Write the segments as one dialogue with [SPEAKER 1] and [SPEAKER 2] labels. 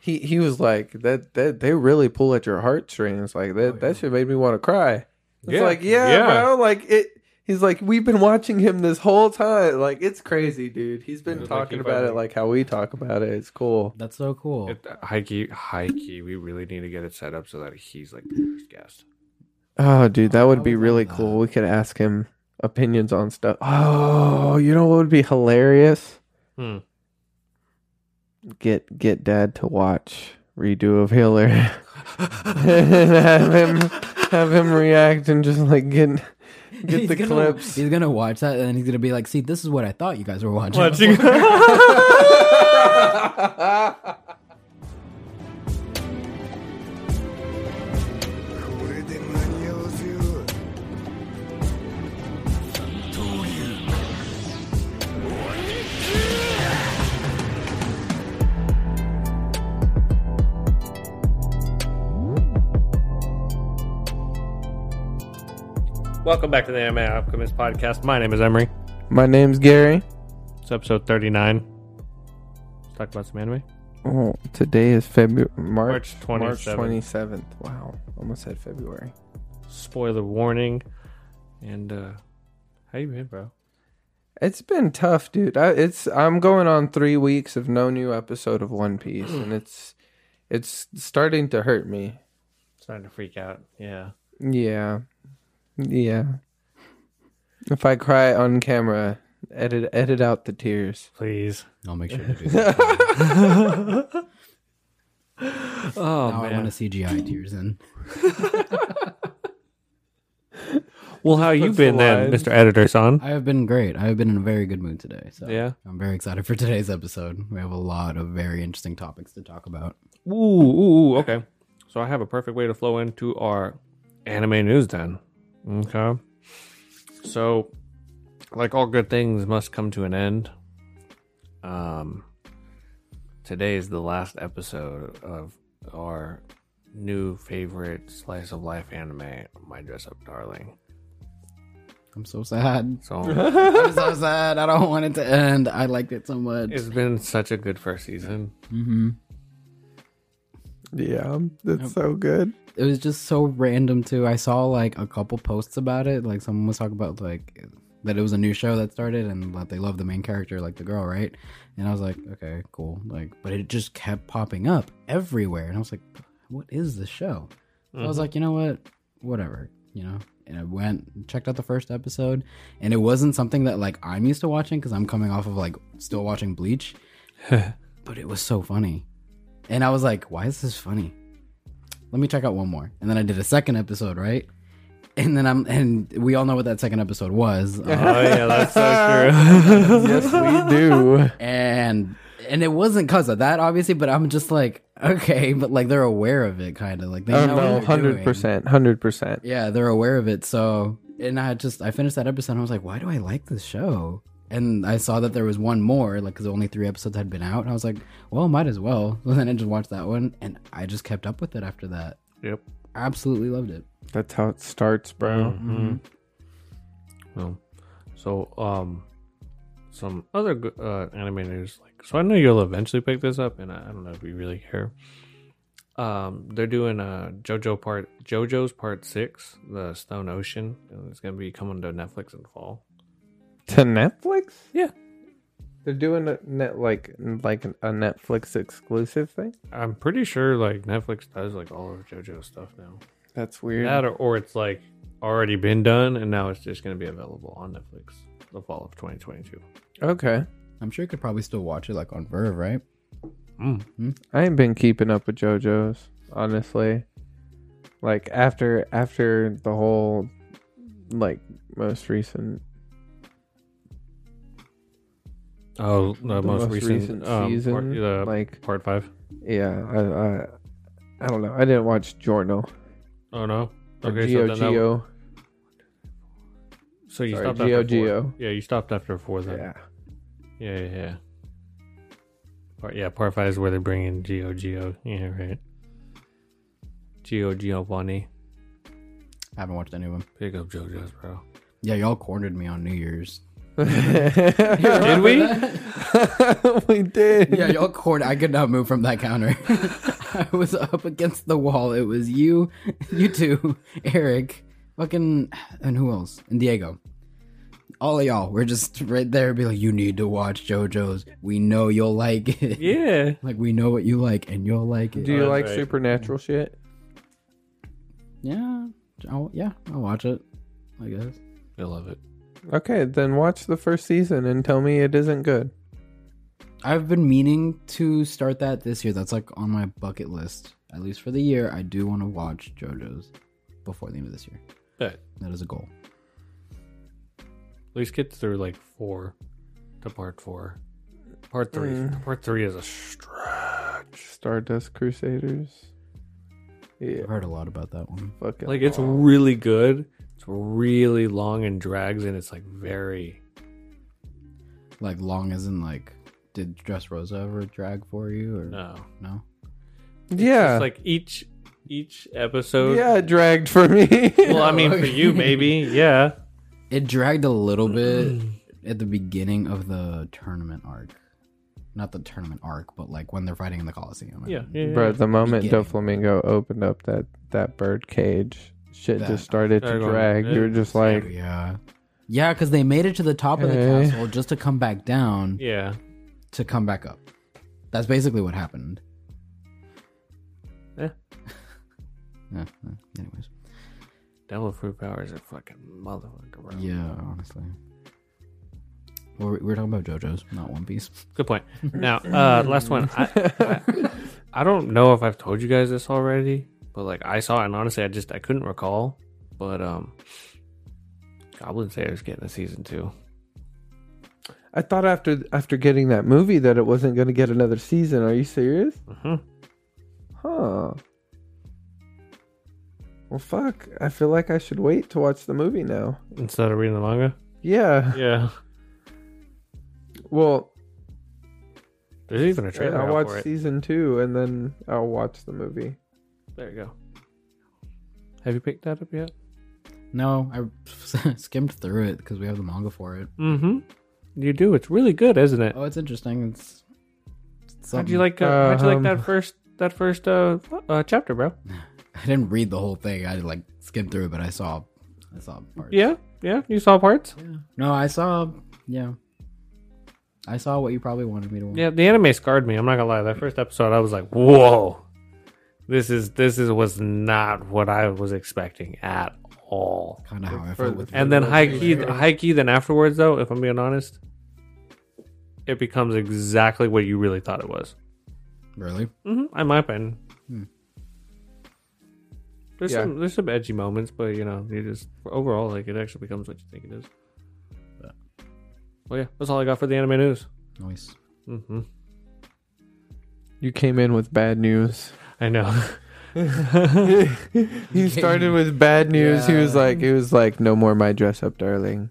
[SPEAKER 1] he he was like that that they really pull at your heartstrings like that that shit made me want to cry. It's
[SPEAKER 2] Oh, Yeah.
[SPEAKER 1] like yeah,
[SPEAKER 2] Yeah.
[SPEAKER 1] bro, like it. He's like we've been watching him this whole time. Like it's crazy, dude. He's been
[SPEAKER 2] Yeah, like,
[SPEAKER 1] talking
[SPEAKER 2] if I
[SPEAKER 1] about it
[SPEAKER 2] were-
[SPEAKER 1] like how we talk about it. It's cool.
[SPEAKER 3] That's so cool.
[SPEAKER 2] It, high key, high key. We really need to get it set up so that he's like the first guest.
[SPEAKER 1] Oh, dude, that
[SPEAKER 3] Oh,
[SPEAKER 1] would
[SPEAKER 3] I
[SPEAKER 1] be
[SPEAKER 3] would
[SPEAKER 1] really
[SPEAKER 3] love that.
[SPEAKER 1] cool. We could ask him opinions on stuff. Oh, you know what would be hilarious?
[SPEAKER 2] Hmm.
[SPEAKER 1] Get get dad to watch redo of Hitler and have him have him react and just like get get
[SPEAKER 3] He's
[SPEAKER 1] the
[SPEAKER 3] gonna-
[SPEAKER 1] clips.
[SPEAKER 3] He's gonna watch that, and then he's gonna be like, "See, this is what I thought you guys were watching."
[SPEAKER 2] Welcome back to the Anime Alchemist podcast. My name is Emery.
[SPEAKER 1] My name's Gary.
[SPEAKER 2] It's episode thirty-nine. Let's talk about some anime.
[SPEAKER 1] Oh, today is February March
[SPEAKER 2] March 27th.
[SPEAKER 1] twenty seventh. Wow, almost said February.
[SPEAKER 2] Spoiler warning. And uh how you been, bro?
[SPEAKER 1] It's been tough, dude. I, it's I'm going on three weeks of no new episode of One Piece, and it's it's starting to hurt me.
[SPEAKER 2] Starting to freak out. Yeah.
[SPEAKER 1] Yeah, yeah. If I cry on camera, edit edit out the tears.
[SPEAKER 2] Please.
[SPEAKER 3] I'll make sure to do that.
[SPEAKER 2] Oh
[SPEAKER 3] now I want to CGI tears in.
[SPEAKER 2] Well, how you
[SPEAKER 1] Puts
[SPEAKER 2] been
[SPEAKER 1] the
[SPEAKER 2] then,
[SPEAKER 1] lines.
[SPEAKER 2] Mr. Editor son?
[SPEAKER 3] I have been great. I have been in a very good mood today. So
[SPEAKER 2] Yeah.
[SPEAKER 3] I'm very excited for today's episode. We have a lot of very interesting topics to talk about.
[SPEAKER 2] Ooh, ooh, ooh, okay. So I have a perfect way to flow into our anime news then. Okay. So like all good things must come to an end. Um today is the last episode of our new favorite slice of life anime, My Dress Up Darling.
[SPEAKER 3] I'm so sad.
[SPEAKER 2] So
[SPEAKER 3] I'm so sad. I don't want it to end. I liked it so much.
[SPEAKER 2] it's been such a good first season.
[SPEAKER 3] hmm
[SPEAKER 1] Yeah, um, that's so good.
[SPEAKER 3] It was just so random too. I saw like a couple posts about it. Like someone was talking about like that it was a new show that started and that they love the main character, like the girl, right? And I was like, okay, cool. Like, but it just kept popping up everywhere, and I was like, what is this show? So I was like, you know what? Whatever, you know. And I went and checked out the first episode, and it wasn't something that like I'm used to watching because I'm coming off of like still watching Bleach, but it was so funny, and I was like, why is this funny? Let me check out one more, and then I did a second episode, right? And then I'm and we all know what that second episode was. Um,
[SPEAKER 2] Oh yeah, that's so true.
[SPEAKER 1] Yes, we do.
[SPEAKER 3] and and it wasn't because of that obviously but i'm just like okay but like they're aware of it kind of like they
[SPEAKER 1] Oh no,
[SPEAKER 3] know what they're doing.
[SPEAKER 1] hundred percent, hundred percent.
[SPEAKER 3] yeah they're aware of it so and i just i finished that episode and i was like why do i like this show and i saw that there was one more like because only three episodes had been out and i was like well might as well and then i just watched that one and i just kept up with it after that
[SPEAKER 2] Yep.
[SPEAKER 3] absolutely loved it
[SPEAKER 1] That's how it starts, bro.
[SPEAKER 3] Mm.
[SPEAKER 2] Well, so um, some other go- uh, anime news. Like, so I know you'll eventually pick this up, and I, I don't know if you really care. Um, they're doing uh JoJo part JoJo's part six, the Stone Ocean, and it's gonna be coming to Netflix in fall.
[SPEAKER 1] To Netflix?
[SPEAKER 2] Yeah.
[SPEAKER 1] They're doing a net like like a Netflix exclusive thing.
[SPEAKER 2] I'm pretty sure like Netflix does like all of JoJo stuff now.
[SPEAKER 1] That's weird.
[SPEAKER 2] That or, or it's like already been done, and now it's just gonna be available on Netflix the fall of 2022.
[SPEAKER 1] Okay.
[SPEAKER 3] i'm sure you could probably still watch it like on verve right
[SPEAKER 2] Mm.
[SPEAKER 1] I ain't been keeping up with JoJo's, honestly. Like after after the whole like most recent
[SPEAKER 2] Oh, the, most,
[SPEAKER 1] most
[SPEAKER 2] recent,
[SPEAKER 1] recent
[SPEAKER 2] um,
[SPEAKER 1] season,
[SPEAKER 2] part, the
[SPEAKER 1] like-
[SPEAKER 2] part five.
[SPEAKER 1] yeah, I I, I don't know. I didn't watch Giorno.
[SPEAKER 2] Oh no.
[SPEAKER 1] Or
[SPEAKER 2] Okay,
[SPEAKER 1] Geo
[SPEAKER 2] so then that-
[SPEAKER 1] Geo.
[SPEAKER 2] so you
[SPEAKER 1] Sorry,
[SPEAKER 2] stopped
[SPEAKER 1] Geo
[SPEAKER 2] after
[SPEAKER 1] Geo.
[SPEAKER 2] four. Yeah, you stopped after four then. Yeah,
[SPEAKER 1] Yeah.
[SPEAKER 2] yeah, yeah. Part yeah, part five is where they bring in Geo Geo. Yeah, right. Geo Geo Bunny.
[SPEAKER 3] i haven't watched any of them
[SPEAKER 2] E. Pick up JoJo's bro.
[SPEAKER 3] yeah y'all cornered me on new year's
[SPEAKER 1] did
[SPEAKER 2] we?
[SPEAKER 1] we did.
[SPEAKER 3] Yeah, y'all cord. I could not move from that counter. I was up against the wall. It was you, you two, Eric, fucking, and who else? And Diego. All of y'all. We're just right there. Be like, you need to watch JoJo's. We know you'll like it.
[SPEAKER 2] Yeah.
[SPEAKER 3] Like we know what you like, and you'll like it.
[SPEAKER 1] Do you
[SPEAKER 2] Oh, that's
[SPEAKER 1] like
[SPEAKER 2] right.
[SPEAKER 1] supernatural shit?
[SPEAKER 3] yeah, I'll, yeah, I'll watch it. I guess.
[SPEAKER 2] I love it.
[SPEAKER 1] Okay, then watch the first season and tell me it isn't good.
[SPEAKER 3] I've been meaning to start that this year. That's like on my bucket list. At least for the year, I do want to watch JoJo's before the end of this year.
[SPEAKER 2] But at
[SPEAKER 3] That is a goal.
[SPEAKER 2] least get through like four to part four. Part three. Part three is a stretch.
[SPEAKER 1] Stardust Crusaders. Yeah,
[SPEAKER 3] I've heard a lot about that one.
[SPEAKER 1] fucking
[SPEAKER 2] Like it's
[SPEAKER 1] long.
[SPEAKER 2] really good. It's really long and drags, and it's like very.
[SPEAKER 3] Like long as in like, did Dress Rosa ever drag for you or no?
[SPEAKER 2] No.
[SPEAKER 1] yeah,
[SPEAKER 2] It's like each each episode.
[SPEAKER 1] yeah, it dragged for me.
[SPEAKER 2] Well, I mean, for you maybe, yeah.
[SPEAKER 3] It dragged a little bit at the beginning of the tournament arc. Not the tournament arc, but like when they're fighting in the Coliseum.
[SPEAKER 2] Yeah. yeah, yeah.
[SPEAKER 1] Bro, the moment
[SPEAKER 3] Beginning.
[SPEAKER 1] Doflamingo opened up that that bird cage, shit
[SPEAKER 3] That-
[SPEAKER 1] just started to
[SPEAKER 2] Started going,
[SPEAKER 1] drag.
[SPEAKER 2] eh,
[SPEAKER 1] you were just
[SPEAKER 2] sorry.
[SPEAKER 1] like,
[SPEAKER 3] Yeah. Yeah, because they made it to the top of the
[SPEAKER 1] Hey.
[SPEAKER 3] castle just to come back down.
[SPEAKER 2] Yeah.
[SPEAKER 3] to come back up. That's basically what happened.
[SPEAKER 2] Yeah.
[SPEAKER 3] yeah. yeah, Anyways.
[SPEAKER 2] Devil Fruit Power is a fucking motherfucker. bro.
[SPEAKER 3] Yeah, honestly. Well, we- we're talking about JoJo's, not One Piece.
[SPEAKER 2] Good point. Now, uh, last one. I, I, I don't know if I've told you guys this already, but like I saw it and honestly, I just I couldn't recall. But um, Goblin Slayer's getting a season two.
[SPEAKER 1] I thought after after getting that movie that it wasn't going to get another season. Are you serious?
[SPEAKER 2] Mhm.
[SPEAKER 1] Huh. Well, fuck. I feel like I should wait to watch the movie now.
[SPEAKER 2] Instead of reading the manga.
[SPEAKER 1] Yeah.
[SPEAKER 2] Yeah.
[SPEAKER 1] Well,
[SPEAKER 2] There's even a trailer
[SPEAKER 1] I'll
[SPEAKER 2] out for
[SPEAKER 1] watch
[SPEAKER 2] it.
[SPEAKER 1] season two and then I'll watch the movie.
[SPEAKER 2] there you go. Have you picked that up yet?
[SPEAKER 3] No, I skimmed through it because we have the manga for it.
[SPEAKER 2] Mm-hmm. You do. It's really good, isn't it?
[SPEAKER 3] Oh, it's interesting. It's. it's
[SPEAKER 2] How'd you
[SPEAKER 3] something.
[SPEAKER 2] like? Uh,
[SPEAKER 1] Uh,
[SPEAKER 2] how'd you like
[SPEAKER 1] um,
[SPEAKER 2] that first? That first uh, uh chapter, bro.
[SPEAKER 3] I didn't read the whole thing. I like skimmed through it, but I saw. I saw parts.
[SPEAKER 2] Yeah, yeah. You saw parts.
[SPEAKER 3] Yeah. No, I saw. Yeah. I saw what you probably wanted me to watch.
[SPEAKER 2] Yeah, the anime scarred me. I'm not gonna lie. That first episode, I was like, "Whoa, this is this is was not what I was expecting at all."
[SPEAKER 3] Kind of how I
[SPEAKER 1] For
[SPEAKER 3] felt
[SPEAKER 1] the-
[SPEAKER 3] with.
[SPEAKER 2] And then high key, high key. Then afterwards, though, if I'm being honest, it becomes exactly what you really thought it was.
[SPEAKER 3] Really?
[SPEAKER 2] hmm I might been.
[SPEAKER 3] Hmm.
[SPEAKER 2] There's
[SPEAKER 1] Yeah.
[SPEAKER 2] some there's some edgy moments, but you know, you just overall like it actually becomes what you think it is.
[SPEAKER 3] Yeah.
[SPEAKER 2] Well, yeah, that's all I got for the anime news.
[SPEAKER 3] Nice.
[SPEAKER 2] hmm
[SPEAKER 1] You came in with bad news.
[SPEAKER 2] I know.
[SPEAKER 1] He started with bad news. He was
[SPEAKER 3] Yeah.
[SPEAKER 1] like, he was like, no more my dress up, darling.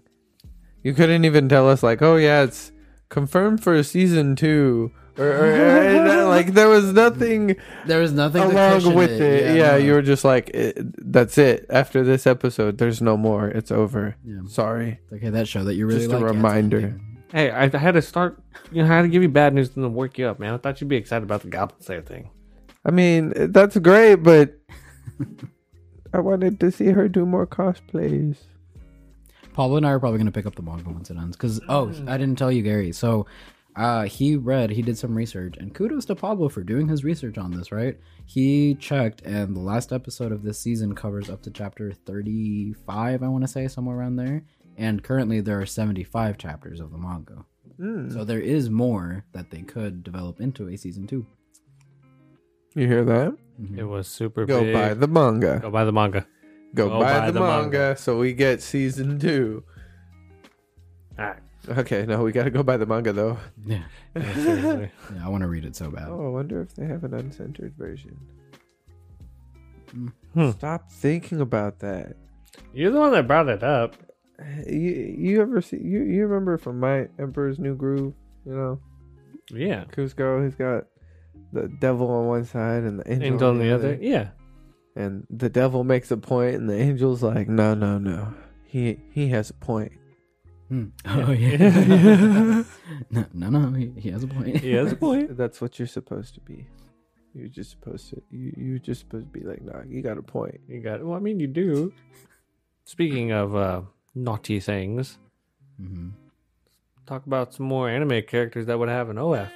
[SPEAKER 1] You couldn't even tell us like, oh yeah, it's confirmed for season two, or, or, or- like there was nothing
[SPEAKER 3] There was nothing to
[SPEAKER 1] along
[SPEAKER 3] cushion
[SPEAKER 1] with it. Yeah,
[SPEAKER 3] no.
[SPEAKER 1] you were just like, "It- that's it. After this episode, there's no more. It's over.
[SPEAKER 3] Yeah.
[SPEAKER 1] Sorry.
[SPEAKER 3] Okay, that show that you really
[SPEAKER 1] Just a
[SPEAKER 3] like, yeah, it's
[SPEAKER 1] reminder.
[SPEAKER 3] ending.
[SPEAKER 2] Hey, I, I had to start. You know, I had to give you bad news and then work you up, man. I thought you'd be excited about the Goblin Slayer thing.
[SPEAKER 1] I mean, that's great, but I wanted to see her do more cosplays.
[SPEAKER 3] Pablo and I are probably gonna pick up the manga once it ends. Cause oh, I didn't tell you, Gary. So, uh, he read, he did some research, and kudos to Pablo for doing his research on this. Right? He checked, and the last episode of this season covers up to chapter thirty-five. I want to say somewhere around there. And currently, there are seventy-five chapters of the manga.
[SPEAKER 1] Mm.
[SPEAKER 3] So there is more that they could develop into a season 2
[SPEAKER 1] You hear that?
[SPEAKER 3] Mhm.
[SPEAKER 2] It was super.
[SPEAKER 1] Hmm. Go
[SPEAKER 2] big.
[SPEAKER 1] buy the manga.
[SPEAKER 2] Go buy the manga.
[SPEAKER 1] Go,
[SPEAKER 2] Go
[SPEAKER 1] buy,
[SPEAKER 2] buy
[SPEAKER 1] the,
[SPEAKER 2] the
[SPEAKER 1] manga,
[SPEAKER 2] manga.
[SPEAKER 1] so we get season two.
[SPEAKER 2] All right.
[SPEAKER 1] Okay, no, we gotta go buy the manga though.
[SPEAKER 3] Yeah,
[SPEAKER 2] Yeah, seriously.
[SPEAKER 3] yeah. I want to read it so bad.
[SPEAKER 1] Oh, I wonder if they have an uncensored version.
[SPEAKER 2] Hmm.
[SPEAKER 1] Stop thinking about that.
[SPEAKER 2] You're the one that brought it up.
[SPEAKER 1] You, you ever see you, you remember from my Emperor's New Groove, you know,
[SPEAKER 2] Yeah.
[SPEAKER 1] Cusco, he's got the devil on one side and the angel
[SPEAKER 2] And on the other. Yeah.
[SPEAKER 1] And the devil makes a point and the angel's like, No, no, no. He he has a point.
[SPEAKER 3] Hmm. Oh yeah. no, no, no. He, he has a point.
[SPEAKER 2] He has a point.
[SPEAKER 1] That's what you're supposed to be. You're just supposed to. You, you're just supposed to be like, nah, you got a point.
[SPEAKER 2] You got. Well, I mean, you do. Speaking of uh, naughty things,
[SPEAKER 3] Mhm.
[SPEAKER 2] talk about some more anime characters that would have an OF.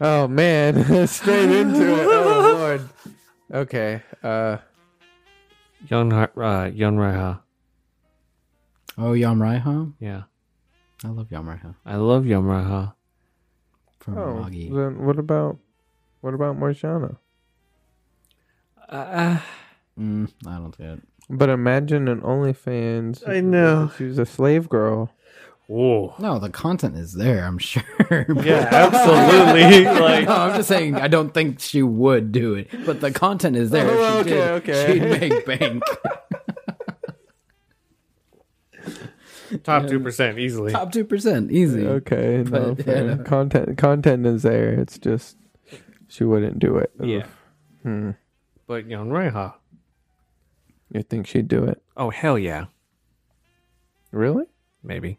[SPEAKER 1] Oh man, straight into it. Oh lord. Okay. Uh,
[SPEAKER 2] Young, uh, Yunraiha.
[SPEAKER 3] Oh, Yamraiha.
[SPEAKER 2] Yeah,
[SPEAKER 3] I love Yamraiha
[SPEAKER 2] I love Yunraiha.
[SPEAKER 3] from
[SPEAKER 1] oh,
[SPEAKER 3] Magi.
[SPEAKER 1] then what about what about Morgiana?
[SPEAKER 2] Uh,
[SPEAKER 3] Mm, I don't get it.
[SPEAKER 1] But imagine an OnlyFans.
[SPEAKER 2] I know.
[SPEAKER 1] She was a slave girl.
[SPEAKER 2] oh,
[SPEAKER 3] No, the content is there. I'm sure. but-
[SPEAKER 2] yeah, absolutely. like,
[SPEAKER 3] no, I'm just saying. I don't think she would do it, but the content is there.
[SPEAKER 1] Oh,
[SPEAKER 3] If she
[SPEAKER 1] okay, okay.
[SPEAKER 3] did, She'd make bank.
[SPEAKER 2] top two percent easily.
[SPEAKER 3] Top two percent, easy.
[SPEAKER 1] Okay, no,
[SPEAKER 3] But,
[SPEAKER 1] fair.
[SPEAKER 3] yeah.
[SPEAKER 1] content content is there. It's just she wouldn't do it.
[SPEAKER 2] Yeah,
[SPEAKER 1] Hmm.
[SPEAKER 2] but Yunraiha.
[SPEAKER 1] You think she'd do it?
[SPEAKER 2] Oh hell yeah,
[SPEAKER 1] Really?
[SPEAKER 2] maybe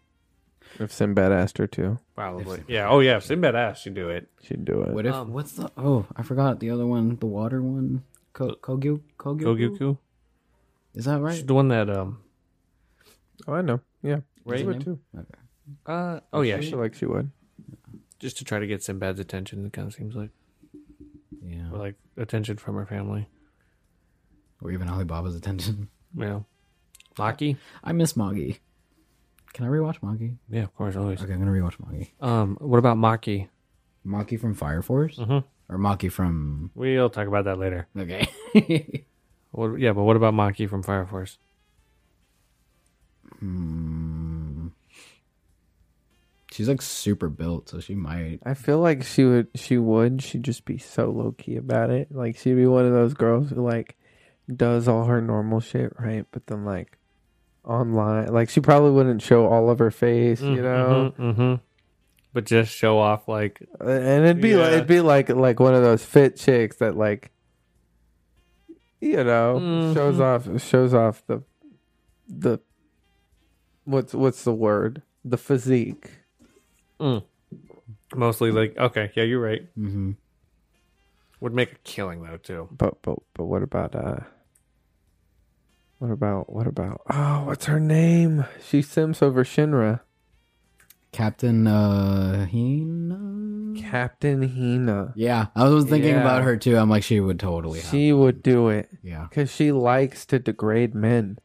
[SPEAKER 1] If Sinbad asked her to,
[SPEAKER 2] probably. Yeah. Oh yeah, if Sinbad asked, she'd do it.
[SPEAKER 1] she'd do it.
[SPEAKER 3] What if?
[SPEAKER 2] Um,
[SPEAKER 3] what's the? Oh, I forgot the other one. The water one. Ko, Kogyu. Kogyu.
[SPEAKER 2] Gogyuku.
[SPEAKER 3] Is that
[SPEAKER 2] She's
[SPEAKER 3] right?
[SPEAKER 2] the one that um.
[SPEAKER 1] Oh, I know. Yeah,
[SPEAKER 2] Right?
[SPEAKER 1] she would too.
[SPEAKER 3] Okay.
[SPEAKER 2] Uh oh yeah,
[SPEAKER 1] she
[SPEAKER 2] she,
[SPEAKER 1] like she would.
[SPEAKER 2] just to try to get Sinbad's attention. It kind of seems like
[SPEAKER 3] Yeah.
[SPEAKER 2] or, like attention from her family.
[SPEAKER 3] Or even Alibaba's attention.
[SPEAKER 2] Yeah. Maki.
[SPEAKER 3] I miss Moggy. Can I rewatch Moggy?
[SPEAKER 2] Yeah, of course, always.
[SPEAKER 3] Okay, I'm gonna rewatch Moggy.
[SPEAKER 2] Um, what about Maki?
[SPEAKER 3] Maki from Fire Force,
[SPEAKER 2] Mhm.
[SPEAKER 1] Mm-hmm.
[SPEAKER 3] or Maki from?
[SPEAKER 2] We'll talk about that later.
[SPEAKER 3] Okay.
[SPEAKER 2] What, yeah, but what about Maki from Fire Force?
[SPEAKER 3] Hmm. She's like super built, so she might.
[SPEAKER 1] I feel like she would. She would. She'd just be so low key about it. Like she'd be one of those girls who like does all her normal shit right, but then like online, like she probably wouldn't show all of her face, you know.
[SPEAKER 2] hmm But just show off like
[SPEAKER 1] And it'd be like
[SPEAKER 2] Yeah.
[SPEAKER 1] it'd be like like one of those fit chicks that like you know shows off shows off the the what's what's the word the physique.
[SPEAKER 2] mostly like okay, yeah, you're right.
[SPEAKER 3] Mm-hmm.
[SPEAKER 2] Would make a killing though too.
[SPEAKER 1] But but but what about uh? What about what about oh what's her name? She sims over Shinra.
[SPEAKER 3] Captain uh, Hina.
[SPEAKER 1] Captain Hina.
[SPEAKER 3] Yeah, I was thinking
[SPEAKER 1] Yeah.
[SPEAKER 3] about her too. I'm like, she would totally. have
[SPEAKER 1] She would do it
[SPEAKER 3] Yeah.
[SPEAKER 1] because she likes to degrade men.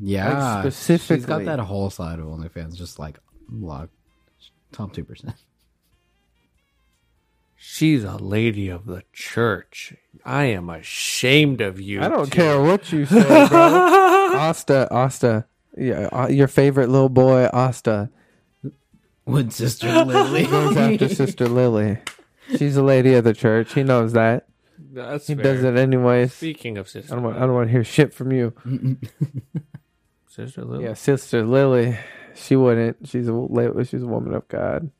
[SPEAKER 3] Yeah. She's
[SPEAKER 1] specifically.
[SPEAKER 3] got that whole side of OnlyFans, just like lock top two percent.
[SPEAKER 2] She's a lady of the church. I am ashamed of you.
[SPEAKER 1] I don't
[SPEAKER 2] two.
[SPEAKER 1] care what you say, bro. Asta, Asta, yeah, uh, your favorite little boy, Asta,
[SPEAKER 3] Would Sister Lily?
[SPEAKER 1] goes after Sister Lily. She's a lady of the church. He knows that.
[SPEAKER 2] That's
[SPEAKER 1] He
[SPEAKER 2] fair.
[SPEAKER 1] does it anyways. I
[SPEAKER 2] Speaking of sister,
[SPEAKER 1] don't want. I don't want to hear shit from you.
[SPEAKER 2] sister Lily.
[SPEAKER 1] Yeah, Sister Lily. She wouldn't. She's a la- she's a woman of God.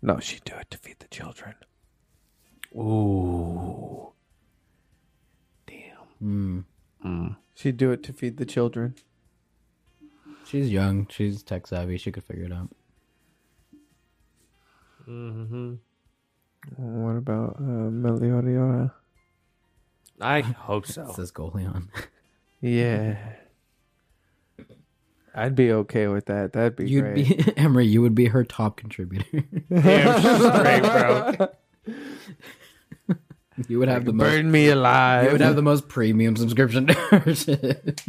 [SPEAKER 1] No, she'd do it to feed the children.
[SPEAKER 2] Ooh. Damn.
[SPEAKER 3] Mm.
[SPEAKER 1] She'd do it to feed the children.
[SPEAKER 3] She's young. She's tech savvy. She could figure it out.
[SPEAKER 2] Mm-hmm.
[SPEAKER 1] What about uh, Melioriora?
[SPEAKER 2] I hope
[SPEAKER 1] Oh.
[SPEAKER 2] so.
[SPEAKER 3] Says Golion.
[SPEAKER 1] Yeah. I'd be okay with that. That'd be
[SPEAKER 3] You'd
[SPEAKER 1] great.
[SPEAKER 3] be Emery. You would be her top contributor.
[SPEAKER 2] Damn straight, bro.
[SPEAKER 3] you would have the most.
[SPEAKER 1] Burn me alive.
[SPEAKER 3] You would have the most premium subscription. to her shit.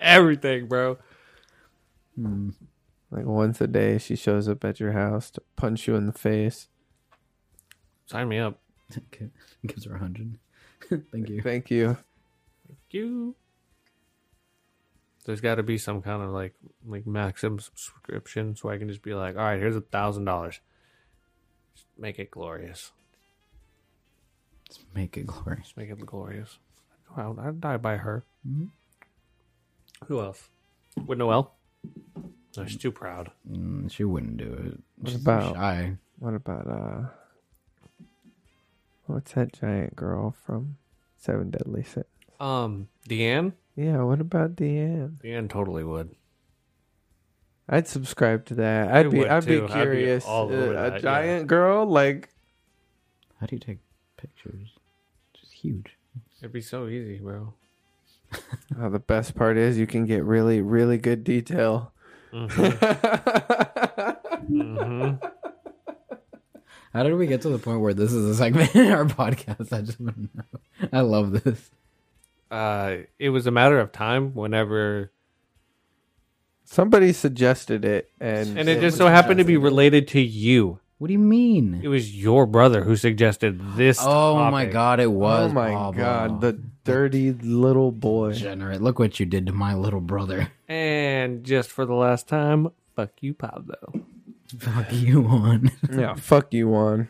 [SPEAKER 2] Everything, bro.
[SPEAKER 3] Mm.
[SPEAKER 1] like once a day, she shows up at your house to punch you in the face.
[SPEAKER 2] Sign me up.
[SPEAKER 3] Okay. Gives her a hundred. Thank you.
[SPEAKER 1] Thank you.
[SPEAKER 2] You. There's got to be some kind of like like maximum subscription, so I can just be like, all right, here's a thousand dollars. Just Make it glorious.
[SPEAKER 3] Let's make it glorious.
[SPEAKER 2] Just make it glorious. Go out. I'd die by her.
[SPEAKER 3] Mm-hmm.
[SPEAKER 2] Who else? With Noelle. No, she's too proud.
[SPEAKER 3] Mm, she wouldn't do it. She's
[SPEAKER 1] about-
[SPEAKER 3] so shy.
[SPEAKER 1] What about uh? What's that giant girl from Seven Deadly Sins?
[SPEAKER 2] Um, Deanne.
[SPEAKER 1] Yeah. What about Deanne?
[SPEAKER 2] Deanne totally would.
[SPEAKER 1] I'd subscribe to that. I'd
[SPEAKER 2] I
[SPEAKER 1] be
[SPEAKER 2] would,
[SPEAKER 1] I'd
[SPEAKER 2] too.
[SPEAKER 1] be
[SPEAKER 2] I'd be
[SPEAKER 1] curious.
[SPEAKER 2] all over
[SPEAKER 1] Uh, a
[SPEAKER 2] that, yeah.
[SPEAKER 1] giant girl like
[SPEAKER 3] How do you take pictures? It's huge.
[SPEAKER 2] It'd be so easy, bro.
[SPEAKER 1] oh, the best part is you can get really really good detail.
[SPEAKER 2] Mm-hmm.
[SPEAKER 3] How did we get to the point where this is a segment in our podcast? I just want to know. I love this.
[SPEAKER 2] uh, it was a matter of time. Whenever,
[SPEAKER 1] Somebody suggested it and
[SPEAKER 2] and it just so happened to be related to you.
[SPEAKER 3] What do you mean?
[SPEAKER 2] It was your brother who suggested this.
[SPEAKER 3] oh my
[SPEAKER 2] topic.
[SPEAKER 3] god, it was.
[SPEAKER 1] Oh my
[SPEAKER 3] Pablo.
[SPEAKER 1] god, the dirty little boy.
[SPEAKER 3] degenerate! Look what you did to my little brother.
[SPEAKER 2] And just for the last time, fuck you, Pablo.
[SPEAKER 3] Fuck you on.
[SPEAKER 1] Yeah, fuck you on.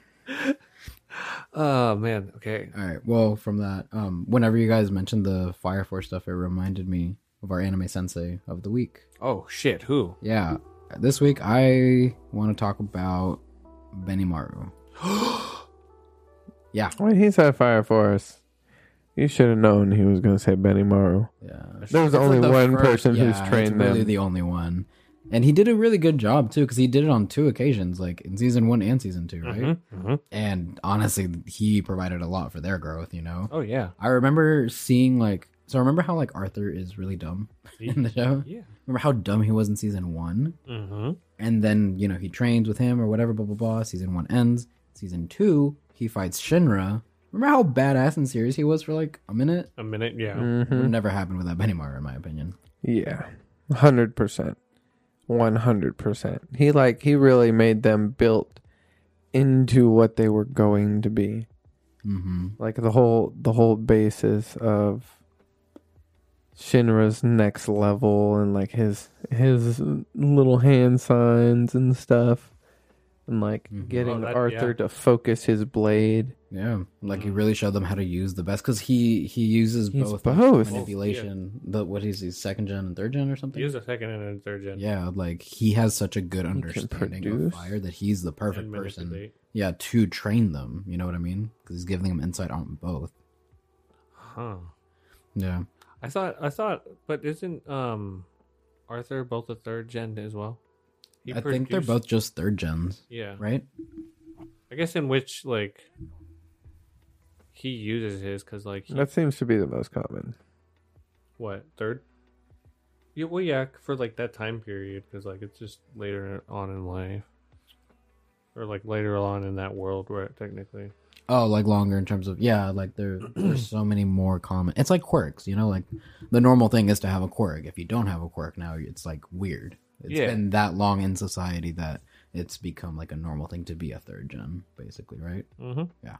[SPEAKER 2] Oh man. Okay.
[SPEAKER 3] All right. Well, from that, um, whenever you guys mentioned the Fire Force stuff, it reminded me of our anime sensei of the week.
[SPEAKER 2] Oh shit. Who?
[SPEAKER 3] Yeah, this week I want to talk about Benimaru. yeah,
[SPEAKER 1] Well, he's at Fire Force. You should have known he was gonna say Benny Maru.
[SPEAKER 3] yeah.
[SPEAKER 1] There was only
[SPEAKER 3] The
[SPEAKER 1] one
[SPEAKER 3] first-
[SPEAKER 1] person
[SPEAKER 3] yeah,
[SPEAKER 1] who's
[SPEAKER 3] it's
[SPEAKER 1] trained
[SPEAKER 3] really
[SPEAKER 1] them.
[SPEAKER 3] the only one, and he did a really good job too because he did it on two occasions, like in season one and season two, right?
[SPEAKER 2] Mm-hmm.
[SPEAKER 3] And honestly, he provided a lot for their growth. You know,
[SPEAKER 2] Oh yeah.
[SPEAKER 3] I remember seeing like so. Remember how like Arthur is really dumb in the show.
[SPEAKER 2] Yeah.
[SPEAKER 3] Remember how dumb he was in season one?
[SPEAKER 2] Mm-hmm.
[SPEAKER 3] and then you know he trains with him or whatever blah blah blah season one ends season two he fights shinra remember how badass and serious he was for like a minute
[SPEAKER 2] A minute. Yeah.
[SPEAKER 3] Would
[SPEAKER 1] Mm-hmm.
[SPEAKER 3] have never happened without benimaru in my opinion
[SPEAKER 1] Yeah, hundred percent, one hundred percent. He like he really made them built into what they were going to be.
[SPEAKER 3] mm-hmm
[SPEAKER 1] Like the whole the whole basis of Shinra's next level and like his his little hand signs and stuff, and like
[SPEAKER 3] Mhm.
[SPEAKER 1] getting
[SPEAKER 2] Oh, that-
[SPEAKER 1] Arthur
[SPEAKER 2] yeah.
[SPEAKER 1] to focus his blade.
[SPEAKER 3] yeah like he really showed them how to use the best because he he uses
[SPEAKER 1] He's
[SPEAKER 3] both,
[SPEAKER 1] both.
[SPEAKER 3] manipulation the what is he second gen and third gen or something
[SPEAKER 2] Use a second and a third gen.
[SPEAKER 3] yeah like he has such a good understanding of
[SPEAKER 1] produce.
[SPEAKER 3] fire that he's the perfect
[SPEAKER 2] And
[SPEAKER 3] person
[SPEAKER 2] manipulate.
[SPEAKER 3] yeah to train them you know what i mean because he's giving them insight on both
[SPEAKER 2] Huh.
[SPEAKER 3] yeah
[SPEAKER 2] I thought. I thought. But isn't um, Arthur both a third gen as well? He
[SPEAKER 3] i think they're
[SPEAKER 2] produced-
[SPEAKER 3] both just third gens
[SPEAKER 2] Yeah.
[SPEAKER 3] right
[SPEAKER 2] I guess in which like he uses his because like he-
[SPEAKER 1] That seems to be the most common.
[SPEAKER 2] what third? Yeah, well, yeah, for like that time period because like it's just later on in life, or like later on in that world where it technically.
[SPEAKER 3] Oh, like longer in terms of yeah, like there there's so many more common. It's like quirks, you know. Like the normal thing is to have a quirk. If you don't have a quirk now, it's like weird. It's
[SPEAKER 2] Yeah.
[SPEAKER 3] been that long in society that it's become like a normal thing to be a third gen, basically, right?
[SPEAKER 2] Mm-hmm.
[SPEAKER 3] Yeah.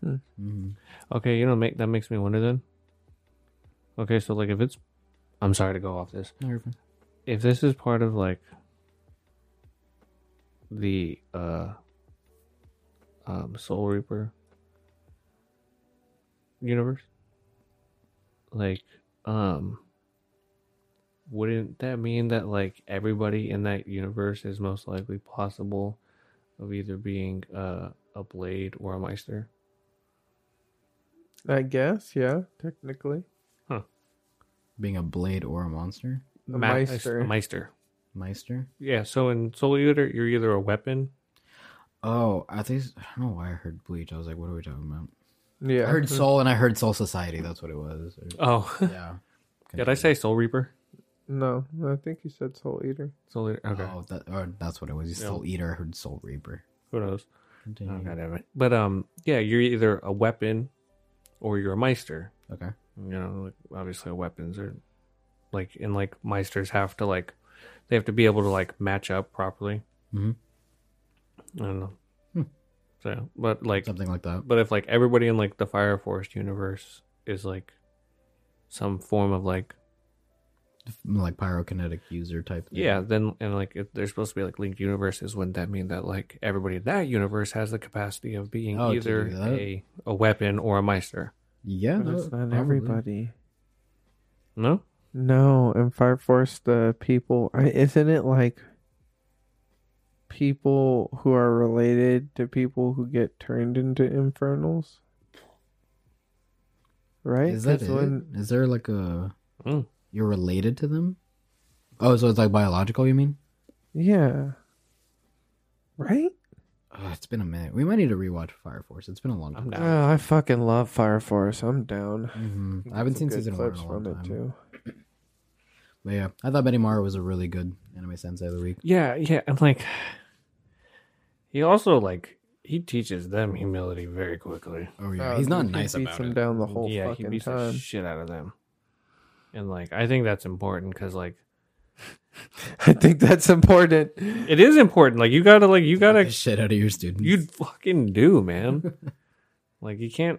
[SPEAKER 1] Hmm.
[SPEAKER 3] Mhm.
[SPEAKER 2] Okay, you know, make that makes me wonder then. Okay, so like if it's, I'm sorry to go off this.
[SPEAKER 3] No, you're fine.
[SPEAKER 2] if this is part of like the uh um soul reaper universe like um wouldn't that mean that like everybody in that universe is most likely possible of either being uh, a blade or a meister
[SPEAKER 1] I guess, yeah, technically.
[SPEAKER 3] Being a blade or a monster,
[SPEAKER 1] A
[SPEAKER 2] Ma-
[SPEAKER 1] meister.
[SPEAKER 2] a meister
[SPEAKER 3] meister.
[SPEAKER 2] yeah so in soul eater you're either a weapon
[SPEAKER 3] Oh, I think I don't know why I heard bleach. I was like, what are we talking about?
[SPEAKER 1] Yeah.
[SPEAKER 3] I
[SPEAKER 2] Uh-huh.
[SPEAKER 3] heard soul and I heard soul society. That's what it was. Or-
[SPEAKER 2] oh
[SPEAKER 3] yeah.
[SPEAKER 2] did i say soul reaper
[SPEAKER 1] No, I think you said Soul Eater.
[SPEAKER 2] soul eater okay
[SPEAKER 3] Oh, that, or that's what it was. You
[SPEAKER 2] Yeah.
[SPEAKER 3] Soul Eater, I heard Soul Reaper.
[SPEAKER 2] who knows
[SPEAKER 3] Continue.
[SPEAKER 2] Oh, goddammit. But um, yeah, you're either a weapon or you're a Meister.
[SPEAKER 3] Okay.
[SPEAKER 2] You know, like, obviously weapons are like, and like Meisters have to like, they have to be able to like match up properly.
[SPEAKER 3] Mhm.
[SPEAKER 2] I don't know.
[SPEAKER 3] Hmm.
[SPEAKER 2] So, but like,
[SPEAKER 3] Something like that.
[SPEAKER 2] but if like everybody in like the Fire Forest universe is like some form of like,
[SPEAKER 3] Like pyrokinetic user type thing.
[SPEAKER 2] yeah, then and like if they're supposed to be like linked universes, wouldn't that mean that like everybody in that universe has the capacity of being
[SPEAKER 3] Oh, to
[SPEAKER 2] either
[SPEAKER 3] do that?
[SPEAKER 2] a a weapon or a Meister?
[SPEAKER 3] Yeah.
[SPEAKER 1] But
[SPEAKER 3] no,
[SPEAKER 1] it's not
[SPEAKER 3] probably.
[SPEAKER 1] everybody.
[SPEAKER 2] No.
[SPEAKER 1] No, in Fire Force, the people I- isn't it like people who are related to people who get turned into infernals, right?
[SPEAKER 3] Is that
[SPEAKER 1] 'Cause
[SPEAKER 3] it? Is there like a.
[SPEAKER 2] Mm.
[SPEAKER 1] Hmm.
[SPEAKER 3] You're related to them? Oh, so it's like biological, you mean?
[SPEAKER 1] Yeah. Right?
[SPEAKER 3] Ugh, it's been a minute. We might need to rewatch Fire Force. It's been a long
[SPEAKER 2] I'm
[SPEAKER 3] time.
[SPEAKER 2] down.
[SPEAKER 1] Oh, I fucking love Fire Force. I'm down.
[SPEAKER 3] hmm I haven't
[SPEAKER 1] Some
[SPEAKER 3] seen
[SPEAKER 1] good
[SPEAKER 3] season one in
[SPEAKER 1] clips
[SPEAKER 3] a long
[SPEAKER 1] from it
[SPEAKER 3] time.
[SPEAKER 1] too.
[SPEAKER 3] But yeah, I thought Betty Mara was a really good anime sensei of the week.
[SPEAKER 2] yeah, yeah, and like he also like he teaches them humility very quickly.
[SPEAKER 3] Oh yeah,
[SPEAKER 1] Oh,
[SPEAKER 3] he's not
[SPEAKER 1] he
[SPEAKER 3] nice
[SPEAKER 1] beats
[SPEAKER 3] about
[SPEAKER 1] him
[SPEAKER 3] it.
[SPEAKER 1] down the whole
[SPEAKER 2] yeah, he
[SPEAKER 1] fucking
[SPEAKER 2] beats
[SPEAKER 1] time.
[SPEAKER 2] the shit out of them, and like I think that's important because like
[SPEAKER 1] I think that's important.
[SPEAKER 2] it is important. Like you gotta like you
[SPEAKER 3] Beat
[SPEAKER 2] gotta
[SPEAKER 3] the shit out of your students.
[SPEAKER 2] you fucking do, man. like you can't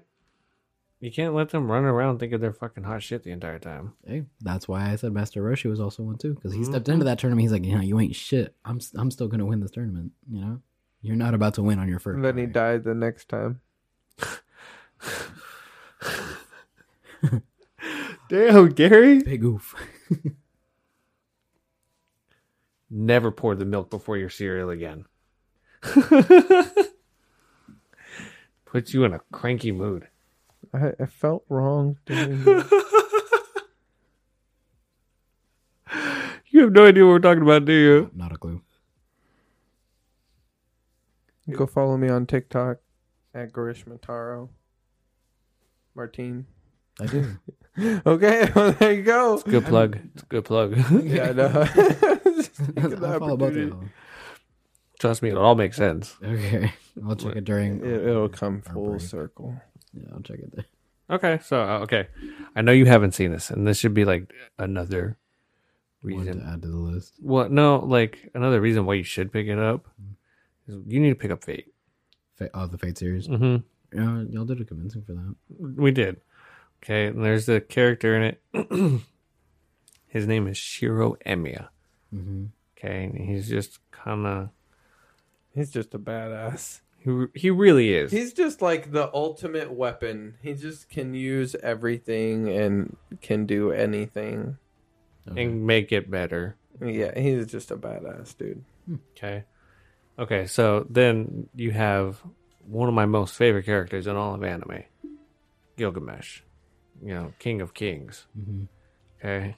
[SPEAKER 2] you can't let them run around thinking they're fucking hot shit the entire time.
[SPEAKER 3] Hey, that's why I said Master Roshi was also one too, because he stepped
[SPEAKER 2] Mhm.
[SPEAKER 3] into that tournament. He's like, you know, you ain't shit. I'm s- I'm still gonna win this tournament. You know, you're not about to win on your first.
[SPEAKER 1] And then he
[SPEAKER 3] try."
[SPEAKER 1] died the next time.
[SPEAKER 2] Damn, Gary.
[SPEAKER 3] Big oof.
[SPEAKER 2] Never pour the milk before your cereal again. Puts you in a cranky mood.
[SPEAKER 1] I, I felt wrong doing that.
[SPEAKER 2] You have no idea what we're talking about, do you?
[SPEAKER 3] not a clue.
[SPEAKER 1] Go follow me on TikTok at Garish Mataro. Martine.
[SPEAKER 3] I do.
[SPEAKER 1] Okay, well, there you go.
[SPEAKER 2] Good plug. It's a good plug.
[SPEAKER 1] Yeah, I know.
[SPEAKER 3] I follow both of y'all.
[SPEAKER 2] Trust me, it'll all make sense.
[SPEAKER 3] Okay, I'll check it during.
[SPEAKER 1] It, it'll come
[SPEAKER 3] our
[SPEAKER 1] full
[SPEAKER 3] break.
[SPEAKER 1] circle.
[SPEAKER 3] Yeah, I'll check it. There.
[SPEAKER 2] Okay, so uh, okay, I know you haven't seen this, and this should be like another
[SPEAKER 3] One
[SPEAKER 2] reason
[SPEAKER 3] to add to the list.
[SPEAKER 2] Well, no, like another reason why you should pick it up is you need to pick up Fate.
[SPEAKER 3] Fa- oh, the Fate series.
[SPEAKER 2] hmm
[SPEAKER 3] Yeah, y'all did a convincing for that.
[SPEAKER 2] We did. Okay, and there's a character in it. His name is Shiro Emiya.
[SPEAKER 3] Mm-hmm.
[SPEAKER 2] Okay, and he's just kind of
[SPEAKER 1] He's just a badass.
[SPEAKER 2] he, re- he really is.
[SPEAKER 1] He's just like the ultimate weapon. He just can use everything and can do anything.
[SPEAKER 2] and make it better.
[SPEAKER 1] Yeah, he's just a badass dude.
[SPEAKER 2] Okay, okay. So then you have one of my most favorite characters in all of anime, Gilgamesh. You know, King of Kings.
[SPEAKER 3] hmm
[SPEAKER 2] Okay.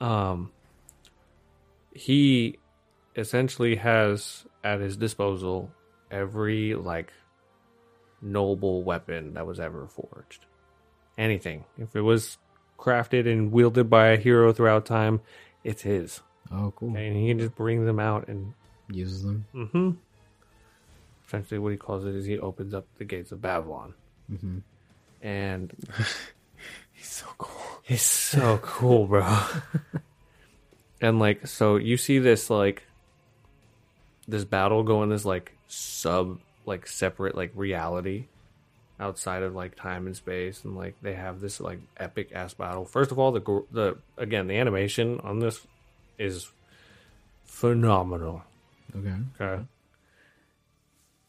[SPEAKER 2] Um he essentially has at his disposal every like noble weapon that was ever forged. Anything. If it was crafted and wielded by a hero throughout time, it's his.
[SPEAKER 3] Oh, cool.
[SPEAKER 2] Okay? And he can just bring them out and
[SPEAKER 3] Uses them.
[SPEAKER 2] mm-hmm. Essentially what he calls it is he opens up the gates of Babylon.
[SPEAKER 3] hmm
[SPEAKER 2] And
[SPEAKER 1] Mm-hmm. He's so cool.
[SPEAKER 2] He's so cool, bro. and like, so you see this like this battle go in this like sub like separate like reality outside of like time and space and like they have this like epic ass battle. First of all, the gr- the again, the animation on this is phenomenal.
[SPEAKER 3] Okay.
[SPEAKER 2] Okay.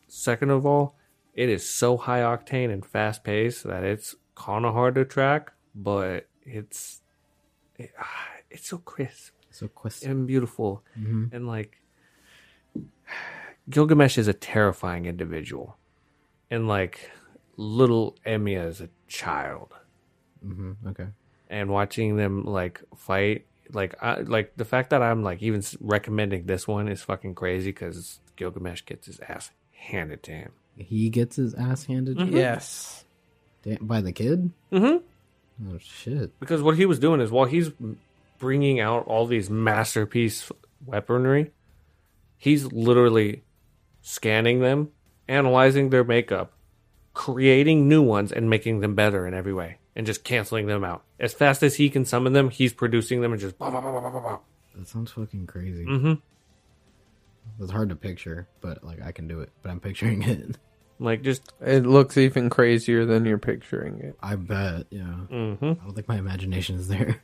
[SPEAKER 2] Second of all, it is so high octane and fast paced that it's kind of hard to track, but it's it- ah, it's so crisp
[SPEAKER 3] So quest.
[SPEAKER 2] and beautiful,
[SPEAKER 3] hmm
[SPEAKER 2] and like Gilgamesh is a terrifying individual, and like little Emiya is a child
[SPEAKER 3] hmm Okay.
[SPEAKER 2] and watching them like fight like I, like the fact that I'm like even s- recommending this one is fucking crazy cuz Gilgamesh gets his ass handed to him.
[SPEAKER 3] He gets his ass handed to
[SPEAKER 2] Mm-hmm.
[SPEAKER 3] him?
[SPEAKER 1] Yes.
[SPEAKER 3] Damn, by the kid.
[SPEAKER 2] Mhm.
[SPEAKER 3] Oh shit.
[SPEAKER 2] Because what he was doing is while he's bringing out all these masterpiece weaponry, he's literally scanning them, analyzing their makeup, creating new ones and making them better in every way and just canceling them out. As fast as he can summon them, he's producing them and just blah, blah, blah, blah, blah, blah, blah.
[SPEAKER 3] That sounds fucking crazy.
[SPEAKER 2] Mhm.
[SPEAKER 3] It's hard to picture, but like I can do it. But I'm picturing it.
[SPEAKER 2] Like just
[SPEAKER 1] It looks even crazier than you're picturing it.
[SPEAKER 3] I bet. Yeah.
[SPEAKER 2] mhm.
[SPEAKER 3] I don't think my imagination is there.